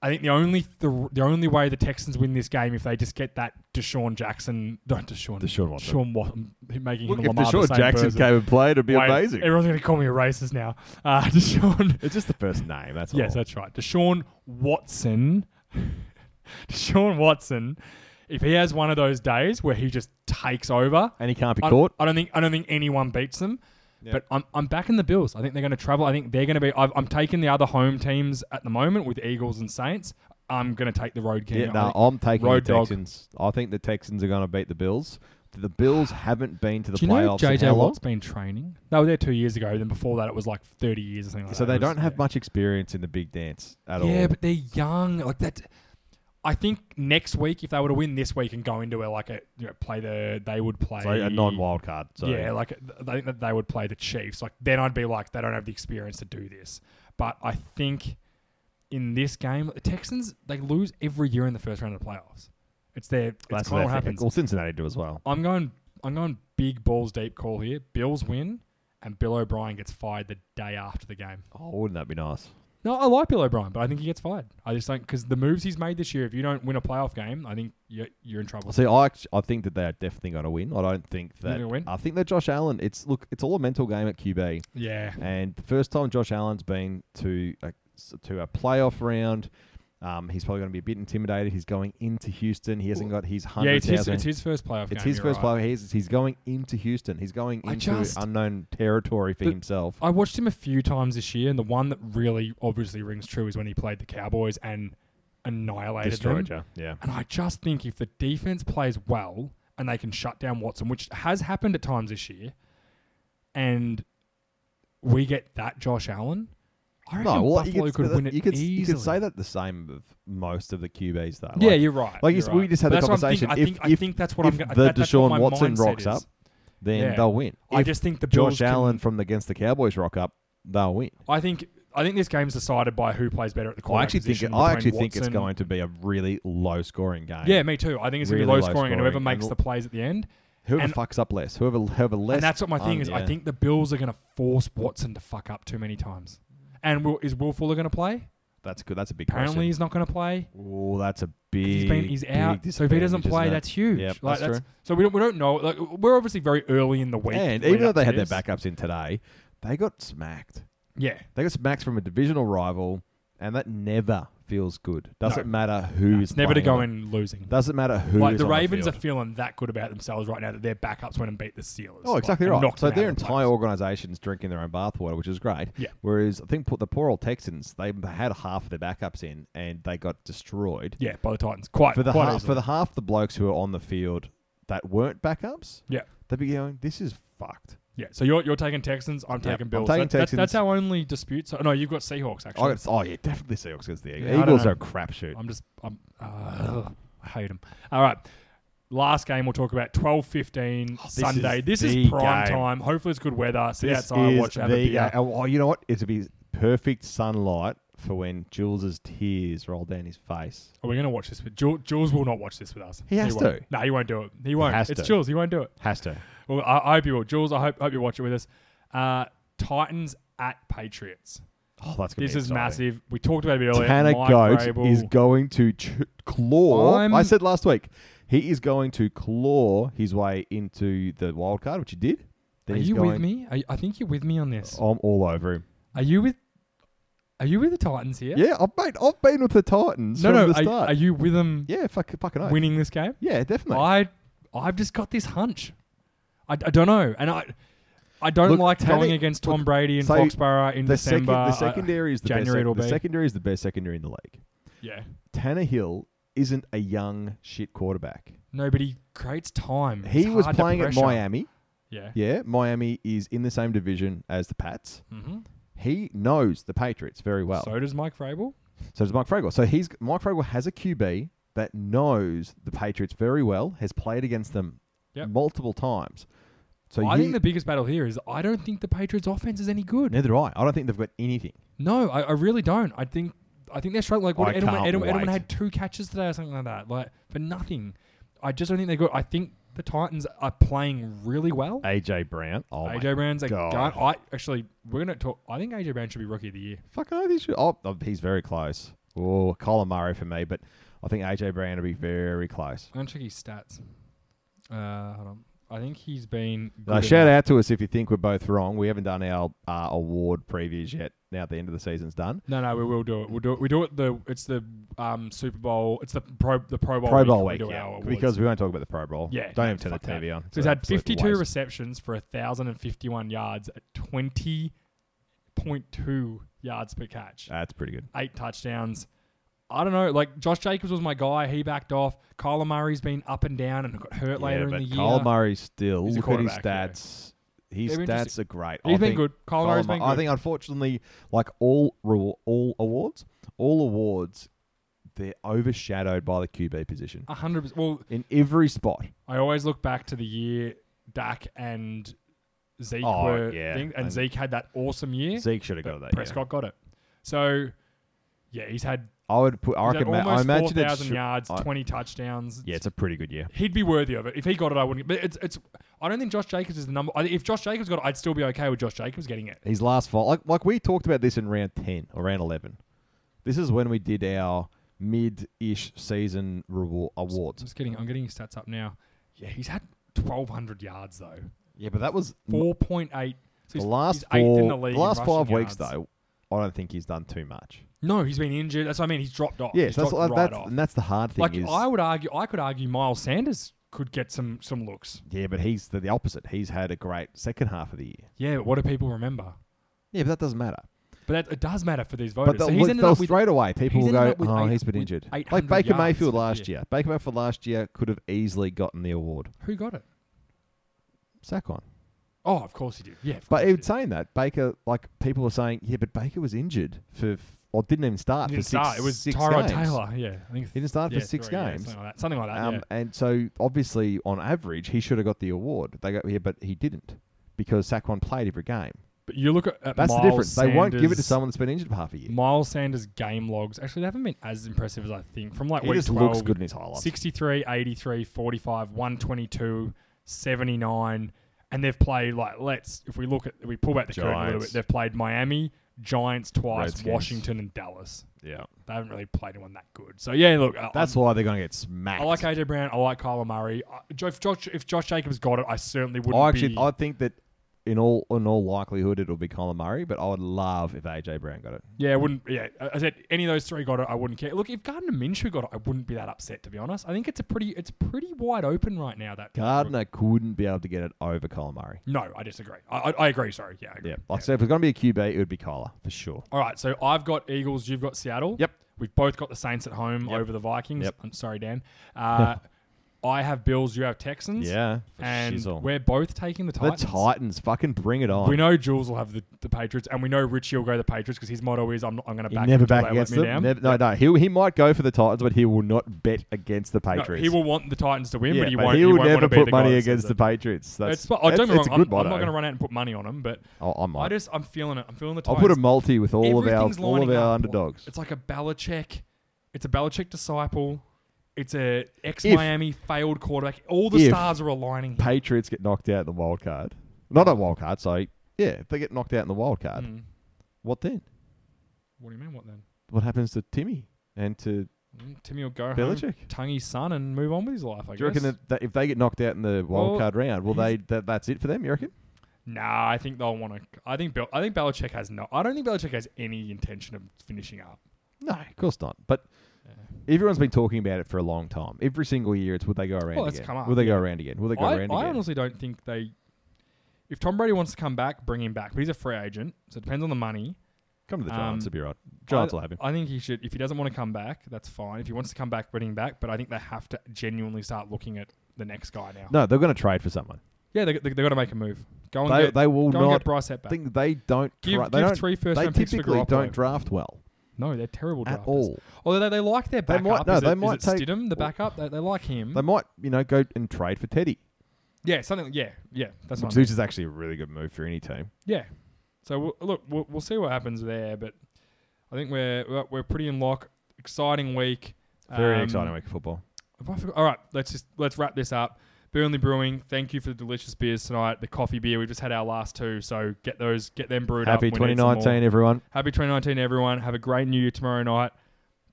I think the only the, the only way the Texans win this game if they just get that Deshaun Jackson, not Deshaun, Deshaun Watson. Deshaun Watson, making Look, him if Lamar the Deshaun same Jackson person. came and played, it'd be Wait, amazing. Everyone's going to call me a racist now. Uh, Deshaun, It's just the first name. That's Yes, all. that's right. Deshaun Watson. Deshaun Watson, if he has one of those days where he just takes over, And he can't be I, caught. I don't think I don't think anyone beats him. Yeah. But I'm, I'm backing the Bills. I think they're going to travel. I think they're going to be. I've, I'm taking the other home teams at the moment with Eagles and Saints. I'm going to take the road game. Yeah, no, I'm taking Road the dog. Texans. I think the Texans are going to beat the Bills. The Bills haven't been to the Do you know playoffs in how JJ long? Watt's been training? They were there two years ago. Then before that, it was like 30 years or something like that. So they It was- don't have yeah. much experience in the big dance at all. Yeah, but they're young. Like that. I think next week, if they were to win this week and go into a like a you know, play the they would play So a non-wild card. So Yeah, like th- I think that they would play the Chiefs. Like then I'd be like, they don't have the experience to do this. But I think in this game, the Texans they lose every year in the first round of the playoffs. It's their it's that's kind of what their thing. happens. Well, Cincinnati do as well. I'm going I'm going big balls deep call here. Bills win and Bill O'Brien gets fired the day after the game. Oh, wouldn't that be nice? No, I like Bill O'Brien, but I think he gets fired. I just think because the moves he's made this year, if you don't win a playoff game, I think you're, you're in trouble. See, I act- I think that they are definitely going to win. I don't think they're that gonna win? I think that Josh Allen. It's look, it's all a mental game at QB, Yeah, and the first time Josh Allen's been to a, s- to a playoff round. Um, he's probably going to be a bit intimidated. He's going into Houston. He hasn't got his yeah, hundred it's his, thousand. it's his first playoff. game, It's his you're first right. playoff. He's he's going into Houston. He's going I into just- unknown territory for The- himself. I watched him a few times this year, and the one that really obviously rings true is when he played the Cowboys and annihilated them. you. Yeah. And I just think if the defense plays well and they can shut down Watson, which has happened at times this year, and we get that Josh Allen, I reckon No, well, Buffalo you could, could, win it you could, easily. you could say that the same of most of the QBs though. Like, yeah, you're right. like you you're s- we right. just had But the that's what I'm thinking. conversation. I If- think, I if- think that's what I'm if gonna- the that- that's what Deshaun my Watson mindset rocks up, is. then Yeah. they'll win. I If just think the Bills Josh can- Allen from the, against the Cowboys rock up, they'll win. I think I think this game's decided by who plays better at the I quarterback actually think position it, between I actually think it's Watson- going to be a really low scoring game. Yeah, me too. I think it's gonna Really be low, low scoring, and whoever scoring. makes And- the plays at the end. whoever and- fucks up less, whoever whoever less, and that's what my thing um, is. I yeah. think the Bills are going to force Watson to fuck up too many times. And will, is Will Fuller going to play? that's good. That's a big. Apparently, Apparently, he's not going to play. oh, that's a big. He's been he's big out. So if he doesn't disadvantage, isn't play, it? that's huge. Yep, like, that's So we don't, we don't know. Like we're obviously very early in the week. And lead even though up they to had their this. backups in today, they got smacked. yeah, They got smacked from a divisional rival, and that never feels good. Doesn't matter who is it's never to playing go on it. in losing. Doesn't matter who. like is the on Ravens field. are feeling that good about themselves right now that their backups went and beat the Steelers. Oh, Like, exactly and right. knocked So them out their of the entire playoffs. organisation's drinking their own bathwater, which is great. Yeah. Whereas I think put the poor old Texans, they had half of their backups in and they got destroyed. yeah by the Titans quite For the quite half, easily. for the half the blokes who were on the field that weren't backups, Yeah. they'd be going, "This is fucked." yeah. So you're you're taking Texans. I'm Yeah, taking I'm Bills. taking That- that's- Texans. that's our only dispute. So no, you've got Seahawks actually. I got, oh yeah, definitely Seahawks against the Yeah, I Eagles. don't Eagles know. are a crapshoot. I'm just I'm uh, I hate them. All right. Last game we'll talk about 12:15 Oh, this Sunday. is this is the prime game. time. Hopefully it's good weather. Sit This outside, is watch, have a the- beer. oh, oh, you know what? It'll be perfect sunlight for when Jules's tears roll down his face. Are we going to watch this? With Jules, Jules will not watch this with us. He has won't. to. No, he won't do it. He won't. has it's to. Jules. He won't do it. Has to. Well, I, I hope you will. Jules, I hope hope you watch it with us. Uh, Titans at Patriots. Oh, that's gonna This be is exciting. massive. We talked about it earlier. Tanner Mike Goat Vrabel. is going to ch- claw. I'm- I said last week he is going to claw his way into the wild card, which he did. Then Are he's you going, Oh. with me? Are you- I think you're with me on this. I'm all over him. Are you with? Are you with the Titans here? Yeah, I've been, I've been with the Titans No, from no. the are, start. are you with them yeah, fuck, fucking oath. winning this game? Yeah, definitely. I, I've just got this hunch. I, I don't know, and I, I don't Look, like Tanner- going against Tom look, Brady in so Foxborough in the, second, December. the I- secondary is the best. January sec- it'll the be. secondary is the best secondary in the league. yeah, Tanner Hill isn't a young shit quarterback. nobody creates time. He Mm, It's was hard to playing at pressure. Miami. Yeah. Yeah, Miami is in the same division as the Pats. hmm He knows the Patriots very well. so does Mike Vrabel. So does Mike Fragel. So he's Mike Fragel has a QB that knows the Patriots very well, has played against them Yep. multiple times. So I you- think the biggest battle here is I don't think the Patriots' offense is any good. neither do I. I don't think they've got anything. No, I, I really don't. I think I think they're struggling. Like what I Edelman, can't Edelman, Edelman wait. had two catches today or something like that. Like for nothing. I just don't think they're good. I think the Titans are playing really well. AJ Brown. Oh my AJ Brown's a God. gun. I actually we're gonna talk. I think AJ Brown should be rookie of the year. fucking oath, he should- oh, oh, he's very close. Oh, Colin Murray for me, but I think AJ Brown will be very close. I'm gonna check his stats. Uh, hold on. I think he's been. Uh, good shout enough. out to us if you think we're both wrong. We haven't done our uh, award previews yet. Now the end of the season's done. No, no, we will do it. We'll do it. We do it. The it's the um Super Bowl. It's the pro the Pro Bowl. Pro Bowl we week, do our yeah, awards. because we won't talk about the Pro Bowl. Yeah, don't no, even turn the fuck that. TV on. So he's It's an had absolute 52 waste. receptions for 1,051 yards at 20.2 yards per catch. That's pretty good. Eight touchdowns. I don't know. Like, Josh Jacobs was my guy. He backed off. Kyler Murray's been up and down and got hurt later in but the year. Kyle Murray still He's a look at his quarterback, stats. His They're stats are great. He's I been think good. Kyler Kyle Murray's been Murray- good. I think unfortunately, like all ru- all awards, all awards, they're overshadowed by the QB position A hundred percent. Well, in every spot. I always look back to the year Dak and Zeke Oh, were yeah. thing- and And- Zeke had that awesome year. Zeke should have but got it that Prescott got it. So yeah, he's had, year. I would put. I he's had reckon. Ma- I almost four imagine it's. thousand yards, I- twenty touchdowns. yeah, it's a pretty good year. he'd be worthy of it. If he got it, I wouldn't. But it's it's. I don't think Josh Jacobs is the number. I- If Josh Jacobs got it, I'd still be okay with Josh Jacobs getting it. His last fight, like like we talked about this in round ten or round eleven. This is when we did our mid-ish season reward awards. Just kidding. I'm getting his stats up now. Yeah, he's had 1,200 yards though. Yeah, but that was 4.8. So he's, the last he's four, eighth in the league. in last rushing five weeks yards. though. I don't think he's done too much. No, he's been injured. That's what I mean. He's dropped off. Oh, Yes, he's that's dropped right that's off. and that's the hard thing like is. I would argue, I could argue Miles Sanders could get some some looks. yeah, but he's the, the opposite. He's had a great second half of the year. Yeah, but what do people remember? Yeah, but that doesn't matter. But that, it does matter for these voters. But they'll, so he's ended they'll up with straight away people he's will ended go, up with "Oh, eight- he's been with injured." 800 Like Baker yards Mayfield for the last year. Baker Mayfield last year could have easily gotten the award. who got it? Sack on. Oh, of course he did. Yeah, of course But he even did. saying that, Baker, like people were saying, yeah, but Baker was injured for, f- or didn't even He start didn't for start. six. It was six Tyrod games. Taylor. Yeah, I think it's- He didn't start yeah, for six three, yeah, games. something like that. Something like that. um, yeah. And so obviously, on average, he should have got the award. They got yeah, but he didn't because Saquon played every game. But you look at, at That's Miles the difference. They won't give it to Sanders- someone that's been injured for half a year. Miles Sanders game logs actually they haven't been as impressive as I think. From like He week just 12, looks good in his highlights. 63, 83, 45, 122, 79, and they've played like let's if we look at we pull back the curtain a little Giants. bit. They've played Miami, Giants twice, Redskins. Washington, and Dallas. Yeah, They haven't really played anyone that good. So yeah, look, I- that's I'm- why they're going to get smacked. I like AJ Brown. I like Kyler Murray. I, if Josh if Josh Jacobs got it, I certainly wouldn't I actually, be. I think that in all in all likelihood, it'll be Colin Murray. But I would love if AJ Brown got it. Yeah, I wouldn't. Yeah, I I said any of those three got it. I wouldn't care. Look, if Gardner Minshew got it, I wouldn't be that upset to be honest. I think it's a pretty, it's pretty wide open right now. That Gardner couldn't be able to get it over Colin Murray. No, I disagree. I, I, I agree. Sorry. Yeah. I agree. Yeah, like I said, if it's going to be a QB, it would be Kyler for sure. All right. So I've got Eagles. You've got Seattle. Yep. We've both got the Saints at home Yep. over the Vikings. Yep. I'm sorry, Dan. Uh, I have Bills. You have Texans. Yeah, for And shizzle. we're both taking the the Titans. Titans, fucking bring it on. We know Jules will have the, the Patriots, and we know Richie will go the Patriots because his motto is I'm, not- I'm going to He back never until back they against let me them. down. Never- no, no. He, he might go for the Titans, but he will not bet against the No, Patriots. he will want the Titans to win, Yeah, but he won't. will won't never wanna be put the guy money that says against it. the Patriots. That's It's, fu- I that's- don't get me it's wrong. a I'm, good I'm motto. not going to run out and put money on them, but I, I might. I just I'm feeling it. I'm feeling the I'll Titans. put a multi with all of our Everything's all of lining our up. underdogs. It's like a Belichick. It's a Belichick disciple. It's a ex-Miami failed quarterback. All the If- stars are aligning. Here. Patriots get knocked out in the wild card. Not a wild card. So yeah, if they get knocked out in the wild card, Mm. what then? What do you mean? What then? What happens to Timmy and to Mm, Timmy will go home, Belichick? tongue his son, and move on with his life. I Do guess. you reckon that, that if they get knocked out in the wild Well, card round, will they? he's- That, that's it for them. You reckon? Nah, I think they'll want to. I think Bel- I think Belichick has no. I don't think Belichick has any intention of finishing up. No, of course not. But Yeah. everyone's been talking about it for a long time. Every single year, it's will they go around Well, it's again? come up, will they go around again? Will they go I, around I again? honestly don't think they. If Tom Brady wants to come back, bring him back. But he's a free agent, so it depends on the money. Come to the Um, Giants, it'll be right. Giants I- will have him. I think he should. If he doesn't want to come back, that's fine. If he wants to come back, bring him back. But I think they have to genuinely start looking at the next guy now. No, they're going to trade for someone. Yeah, they, they, they've got to make a move. Go and They, get, they will go and not. get Bryce Hetback. I think they don't. give dra- they give don't. three first they round picks for typically Garoppolo. don't draft well no, they're terrible at drafters. all. Although they, they like their They backup. might- no, is it, they is might it take- Stidham, the backup. They, they like him. They might, you know, go and trade for Teddy, yeah, something. Yeah, yeah. That's what which I'm- is actually a really good move for any team. Yeah. So we'll, look, we'll, we'll see what happens there. But I think we're we're- we're pretty in lock. Exciting week. Very Um, exciting week of football. Have I forgot- All right, let's just let's wrap this up. Burnley Brewing, thank you for the delicious beers tonight. The coffee beer, we just had our last two, so get those, get them brewed Happy up. We need some more. 2019, everyone, Happy 2019, everyone. Have a great New Year tomorrow night.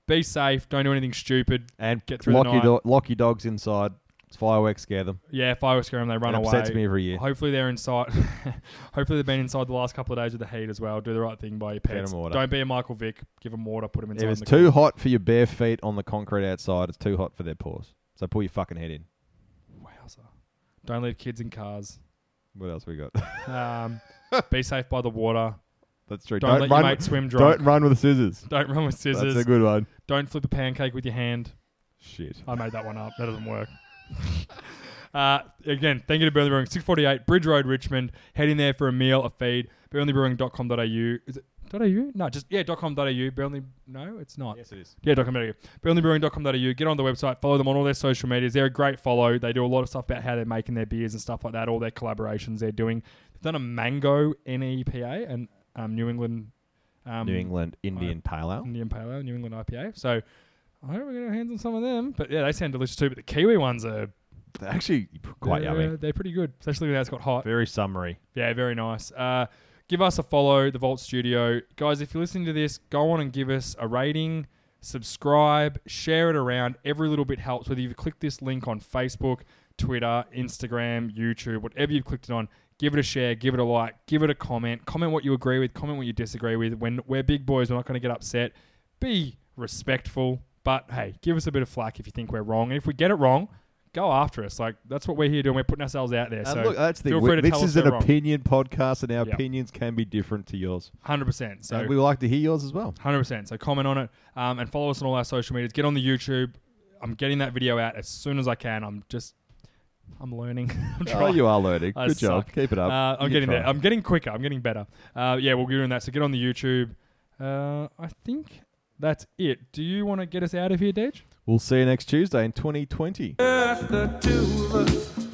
Be safe. Don't do anything stupid. and Get through the lock your, night. do- lock your dogs inside. It's fireworks scare them. Yeah, if I was scaring them, they run it away. upsets me every year. Hopefully they're inside. Hopefully they've been inside the last couple of days with the heat as well. Do the right thing by your Get pets. 'em water. Don't be a Michael Vick. Give them water. Put them inside. If it's the too car. hot for your bare feet on the concrete outside, it's too hot for their paws. So pull your fucking head in. Wowza. Don't leave kids in cars. What else we got? Um, be safe by the water. That's true. Don't, let your run. mate swim drunk. don't run with scissors. Don't run with scissors. That's a good one. Don't flip a pancake with your hand. Shit. I made that one up. That doesn't work. uh, again, thank you to Burnley Brewing, 648 Bridge Road, Richmond. Head in there for a meal, a feed. BurnleyBrewing.com.au. Is it Dot .au? No, just yeah. Dot com. Dot .au. Burnley. No, it's not. Yes, it is. Yeah, .com.au. BurnleyBrewing.com.au. Get on the website. Follow them on all their social medias. They're a great follow. They do a lot of stuff about how they're making their beers and stuff like that. All their collaborations they're doing. They've done a mango NEPA and um, New England. Um, New England Indian Pale Ale. Indian Pale Ale, New England IPA. So I hope we get our hands on some of them. But yeah, they sound delicious too. But the Kiwi ones are They're actually quite they're, yummy. They're pretty good, especially when it's got hot. Very summery. Yeah, very nice. Uh, give us a follow, The Vault Studio. Guys, if you're listening to this, go on and give us a rating, subscribe, share it around. Every little bit helps. Whether you've clicked this link on Facebook, Twitter, Instagram, YouTube, whatever you've clicked it on, give it a share, give it a like, give it a comment. Comment what you agree with, comment what you disagree with. When we're big boys, we're not going to get upset. Be respectful, but hey, give us a bit of flack if you think we're wrong. And if we get it wrong, go after us. Like, that's what we're here doing. We're putting ourselves out there. And so Uh, look, that's the feel thing. free to We- This tell us is an we're wrong. opinion podcast, and our Yep. opinions can be different to yours. 100%. So So we would like to hear yours as well. Hundred percent. So comment on it um, and follow us on all our social medias. Get on the YouTube. I'm getting that video out as soon as I can. I'm just, I'm learning. I'm Oh, trying. you are learning. I Good job. suck. Keep it up. Uh, I'm You getting try. there. I'm getting quicker. I'm getting better. Uh, yeah, we'll be doing that. So get on the YouTube. Uh, I think that's it. Do you want to get us out of here, Dej? We'll see you next Tuesday in 2020. Just the two of us